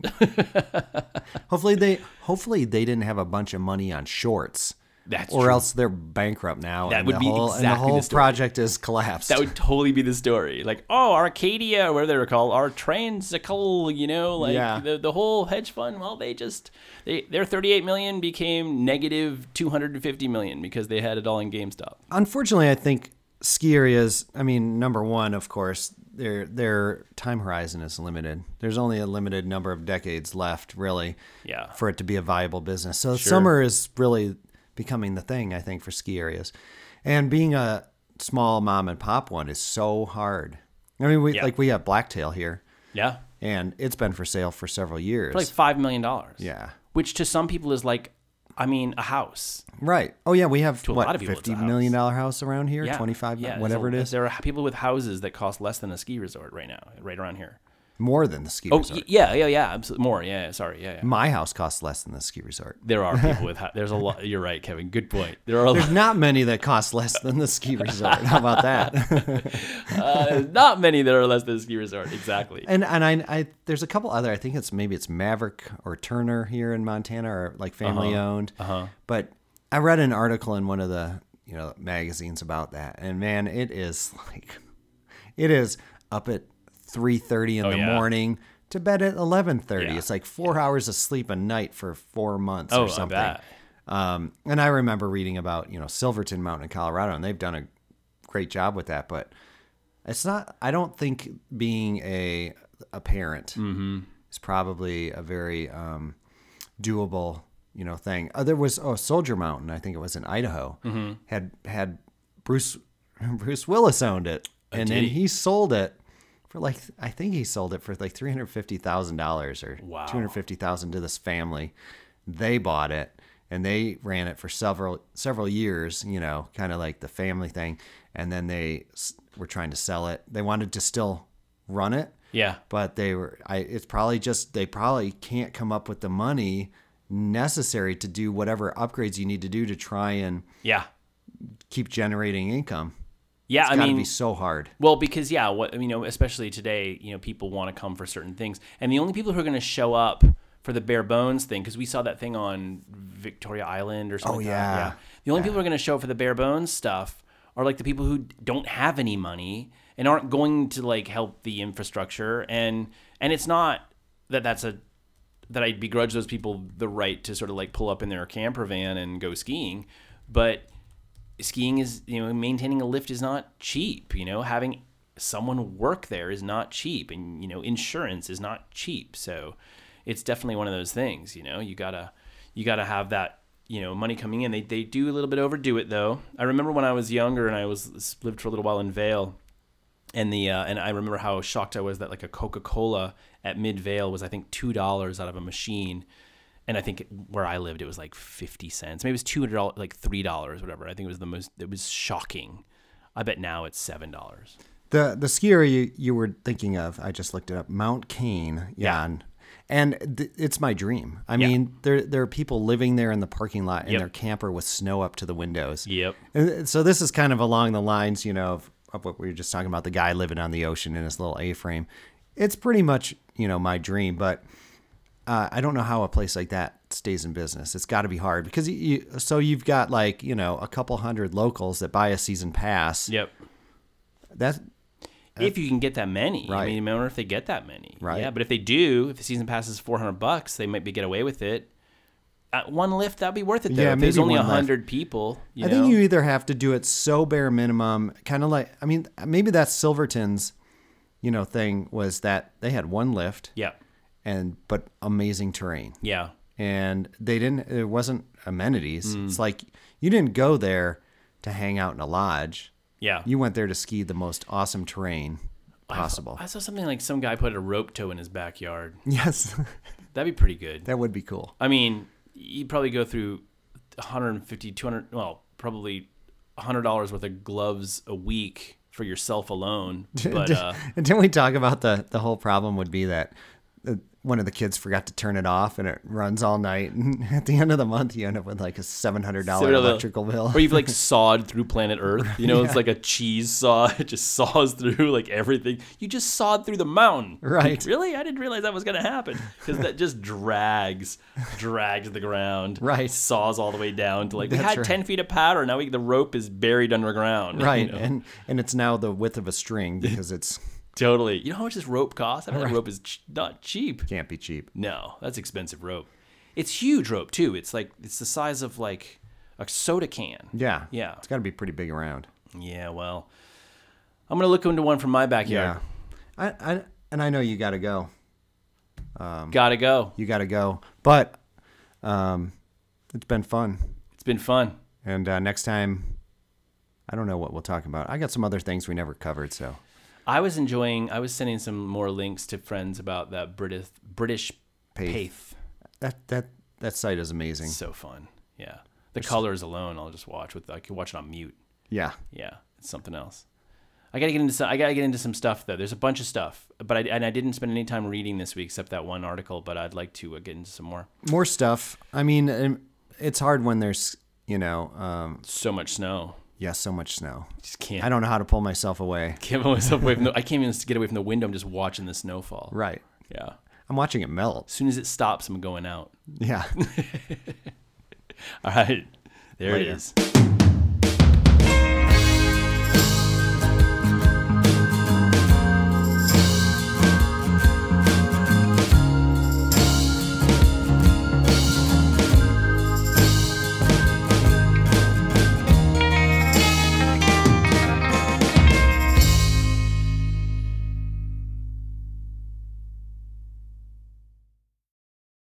Speaker 2: hopefully they hopefully they didn't have a bunch of money on shorts.
Speaker 1: That's
Speaker 2: or
Speaker 1: true.
Speaker 2: else they're bankrupt now.
Speaker 1: That
Speaker 2: and
Speaker 1: would
Speaker 2: the
Speaker 1: be
Speaker 2: whole, and the
Speaker 1: exactly
Speaker 2: whole
Speaker 1: the story.
Speaker 2: project is collapsed.
Speaker 1: That would totally be the story. Like, oh, Arcadia, or whatever they were called, our Transicle, you know, like
Speaker 2: Yeah.
Speaker 1: the, the whole hedge fund. Well, they just they their thirty eight million became negative two hundred and fifty million because they had it all in GameStop.
Speaker 2: unfortunately, I think ski areas. I mean, number one, of course, their their time horizon is limited. There's only a limited number of decades left, really,
Speaker 1: Yeah.
Speaker 2: for it to be a viable business. So summer is really becoming the thing, I think, for ski areas, and being a small mom and pop one is so hard. I mean, we
Speaker 1: Yeah.
Speaker 2: like we have blacktail here,
Speaker 1: Yeah,
Speaker 2: and it's been for sale for several years.
Speaker 1: like five million dollars.
Speaker 2: yeah.
Speaker 1: which to some people is like, I mean, a house.
Speaker 2: Right. Oh yeah, we have
Speaker 1: a
Speaker 2: what
Speaker 1: lot of people, it's a
Speaker 2: fifty million dollar house around here,
Speaker 1: Yeah,
Speaker 2: twenty five,
Speaker 1: there's
Speaker 2: whatever
Speaker 1: a-
Speaker 2: it is,
Speaker 1: There are people with houses that cost less than a ski resort right now, right around here.
Speaker 2: more than the ski
Speaker 1: Oh,
Speaker 2: resort.
Speaker 1: y- yeah, yeah, yeah, absolutely. More, yeah, yeah, sorry, yeah, yeah.
Speaker 2: My house costs less than the ski resort.
Speaker 1: There are people with hot. There's a lot. You're right, Kevin. Good point. There are a
Speaker 2: There's
Speaker 1: lot,
Speaker 2: not many that cost less than the ski resort. How about that?
Speaker 1: uh, not many that are less than a ski resort. Exactly.
Speaker 2: And and I, I there's a couple other. I think it's maybe it's Maverick or Turner here in Montana are like family owned. Uh-huh. But I read an article in one of the you know magazines about that, and man, it is like it is up at three thirty in the
Speaker 1: yeah.
Speaker 2: morning to bed at eleven thirty.
Speaker 1: Yeah.
Speaker 2: It's like four hours of sleep a night for four months
Speaker 1: Oh, I
Speaker 2: or something.
Speaker 1: bet.
Speaker 2: Um, and I remember reading about you know Silverton Mountain in Colorado, and they've done a great job with that. But it's not. I don't think being a a parent
Speaker 1: Mm-hmm.
Speaker 2: is probably a very um, doable you know thing. Uh, there was oh Soldier Mountain, I think it was in Idaho,
Speaker 1: Mm-hmm.
Speaker 2: had had Bruce Bruce Willis owned it, and then
Speaker 1: did he?
Speaker 2: he sold it. For like, I think he sold it for like three hundred fifty thousand dollars or
Speaker 1: Wow.
Speaker 2: two hundred fifty thousand to this family. They bought it and they ran it for several several years. You know, kind of like the family thing. And then they s- were trying to sell it. They wanted to still run it,
Speaker 1: Yeah.
Speaker 2: but they were. I. It's probably just they probably can't come up with the money necessary to do whatever upgrades you need to do to try and
Speaker 1: Yeah.
Speaker 2: keep generating income.
Speaker 1: Yeah.
Speaker 2: It's
Speaker 1: I
Speaker 2: got to
Speaker 1: mean,
Speaker 2: be so hard.
Speaker 1: Well, because yeah, what you know, especially today, you know, people want to come for certain things, and the only people who are going to show up for the bare bones thing, because we saw that thing on Victoria Island or something.
Speaker 2: Oh,
Speaker 1: like
Speaker 2: yeah.
Speaker 1: that. The only people who are going to show up for the bare bones stuff are like the people who don't have any money and aren't going to like help the infrastructure, and and it's not that that's a that I begrudge those people the right to sort of like pull up in their camper van and go skiing, but skiing is you know maintaining a lift is not cheap you know having someone work there is not cheap and you know insurance is not cheap so it's definitely one of those things you know you gotta you gotta have that you know money coming in they, they do a little bit overdo it though i remember when i was younger and i was lived for a little while in vale and the uh, and I remember how shocked I was that like a Coca Cola at Midvale was I think two dollars out of a machine, and I think where I lived it was like fifty cents, maybe it was two hundred dollars, like three dollars, whatever. I think it was the most. It was shocking. I bet now it's seven dollars.
Speaker 2: The the ski area you, you were thinking of, I just looked it up, Mount Kane,
Speaker 1: Yeah.
Speaker 2: Jan. And th- it's my dream. I
Speaker 1: Yeah.
Speaker 2: mean, there there are people living there in the parking lot in
Speaker 1: Yep.
Speaker 2: their camper with snow up to the windows.
Speaker 1: Yep.
Speaker 2: And uh, so this is kind of along the lines, you know, of, of what we were just talking about the guy living on the ocean in his little A-frame. It's pretty much, you know, my dream, but uh, I don't know how a place like that stays in business. It's got to be hard because you, you, so you've got like, you know, a couple hundred locals that buy a season pass.
Speaker 1: Yep.
Speaker 2: That
Speaker 1: if you can get that many. I
Speaker 2: Right.
Speaker 1: mean, I wonder if they get that many.
Speaker 2: Right.
Speaker 1: Yeah, but if they do, if the season pass is 400 bucks, they might be get away with it. At one lift, that'd be worth it though.
Speaker 2: Yeah,
Speaker 1: if there's
Speaker 2: maybe
Speaker 1: only
Speaker 2: one lift.
Speaker 1: 100 people, you
Speaker 2: I
Speaker 1: know.
Speaker 2: think you either have to do it so bare minimum, kind of like I mean, maybe that's Silverton's, you know, thing was that they had one lift,
Speaker 1: yeah.
Speaker 2: and but amazing terrain,
Speaker 1: Yeah.
Speaker 2: and they didn't. It wasn't amenities.
Speaker 1: Mm.
Speaker 2: It's like you didn't go there to hang out in a lodge.
Speaker 1: Yeah.
Speaker 2: You went there to ski the most awesome terrain possible.
Speaker 1: I saw something like some guy put a rope tow in his backyard.
Speaker 2: yes,
Speaker 1: That'd be pretty good.
Speaker 2: that would be cool.
Speaker 1: I mean, you'd probably go through 150, 200, well, probably $100 worth of gloves a week for yourself alone. But uh,
Speaker 2: and didn't we talk about the the whole problem would be that uh, one of the kids forgot to turn it off and it runs all night and at the end of the month you end up with like a seven hundred dollar
Speaker 1: sort of a-
Speaker 2: electrical bill.
Speaker 1: Or you've like sawed through planet Earth. You know, it's like a cheese saw. It just saws through like everything. You just sawed through the mountain.
Speaker 2: Right.
Speaker 1: Really? I didn't realize that was going to happen because that just drags, drags the ground.
Speaker 2: Right.
Speaker 1: Saws all the way down to like, we
Speaker 2: That's
Speaker 1: had
Speaker 2: right.
Speaker 1: 10 feet of powder. Now we, the rope is buried underground. you
Speaker 2: Right,
Speaker 1: know?
Speaker 2: and and it's now the width of a string because it's
Speaker 1: Totally. You know how much this rope costs? I bet that rope is ch- not cheap.
Speaker 2: can't be cheap.
Speaker 1: No, that's expensive rope. It's huge rope too. It's like it's the size of like a soda can.
Speaker 2: Yeah,
Speaker 1: Yeah.
Speaker 2: it's got to be pretty big around.
Speaker 1: Yeah. Well, I'm gonna look into one from my backyard.
Speaker 2: Yeah, I, I and I know you got to go.
Speaker 1: Gotta go.
Speaker 2: You got to go, but um, it's been fun.
Speaker 1: It's been fun.
Speaker 2: And uh, next time, I don't know what we'll talk about. I got some other things we never covered, so
Speaker 1: I was enjoying. I was sending some more links to friends about that British British
Speaker 2: Paith.
Speaker 1: paith.
Speaker 2: That that that site is amazing.
Speaker 1: So fun. Yeah. The colors alone, I'll just watch with. I can watch it on mute.
Speaker 2: Yeah.
Speaker 1: Yeah, it's something else. I gotta get into some, I gotta get into some stuff though. There's a bunch of stuff, but I and I didn't spend any time reading this week except that one article. But I'd like to uh, get into some more.
Speaker 2: More stuff. I mean, um, it's hard when there's, you know, um,
Speaker 1: So much snow,
Speaker 2: yeah, so much snow.
Speaker 1: just can't.
Speaker 2: I
Speaker 1: I
Speaker 2: don't know how to pull myself away.
Speaker 1: can't put myself away from the. I can't even get away from the window. I'm just watching the snowfall.
Speaker 2: Right.
Speaker 1: Yeah.
Speaker 2: I'm watching it melt.
Speaker 1: As soon as it stops, I'm going out.
Speaker 2: Yeah.
Speaker 1: All right. There
Speaker 2: Later.
Speaker 1: it is.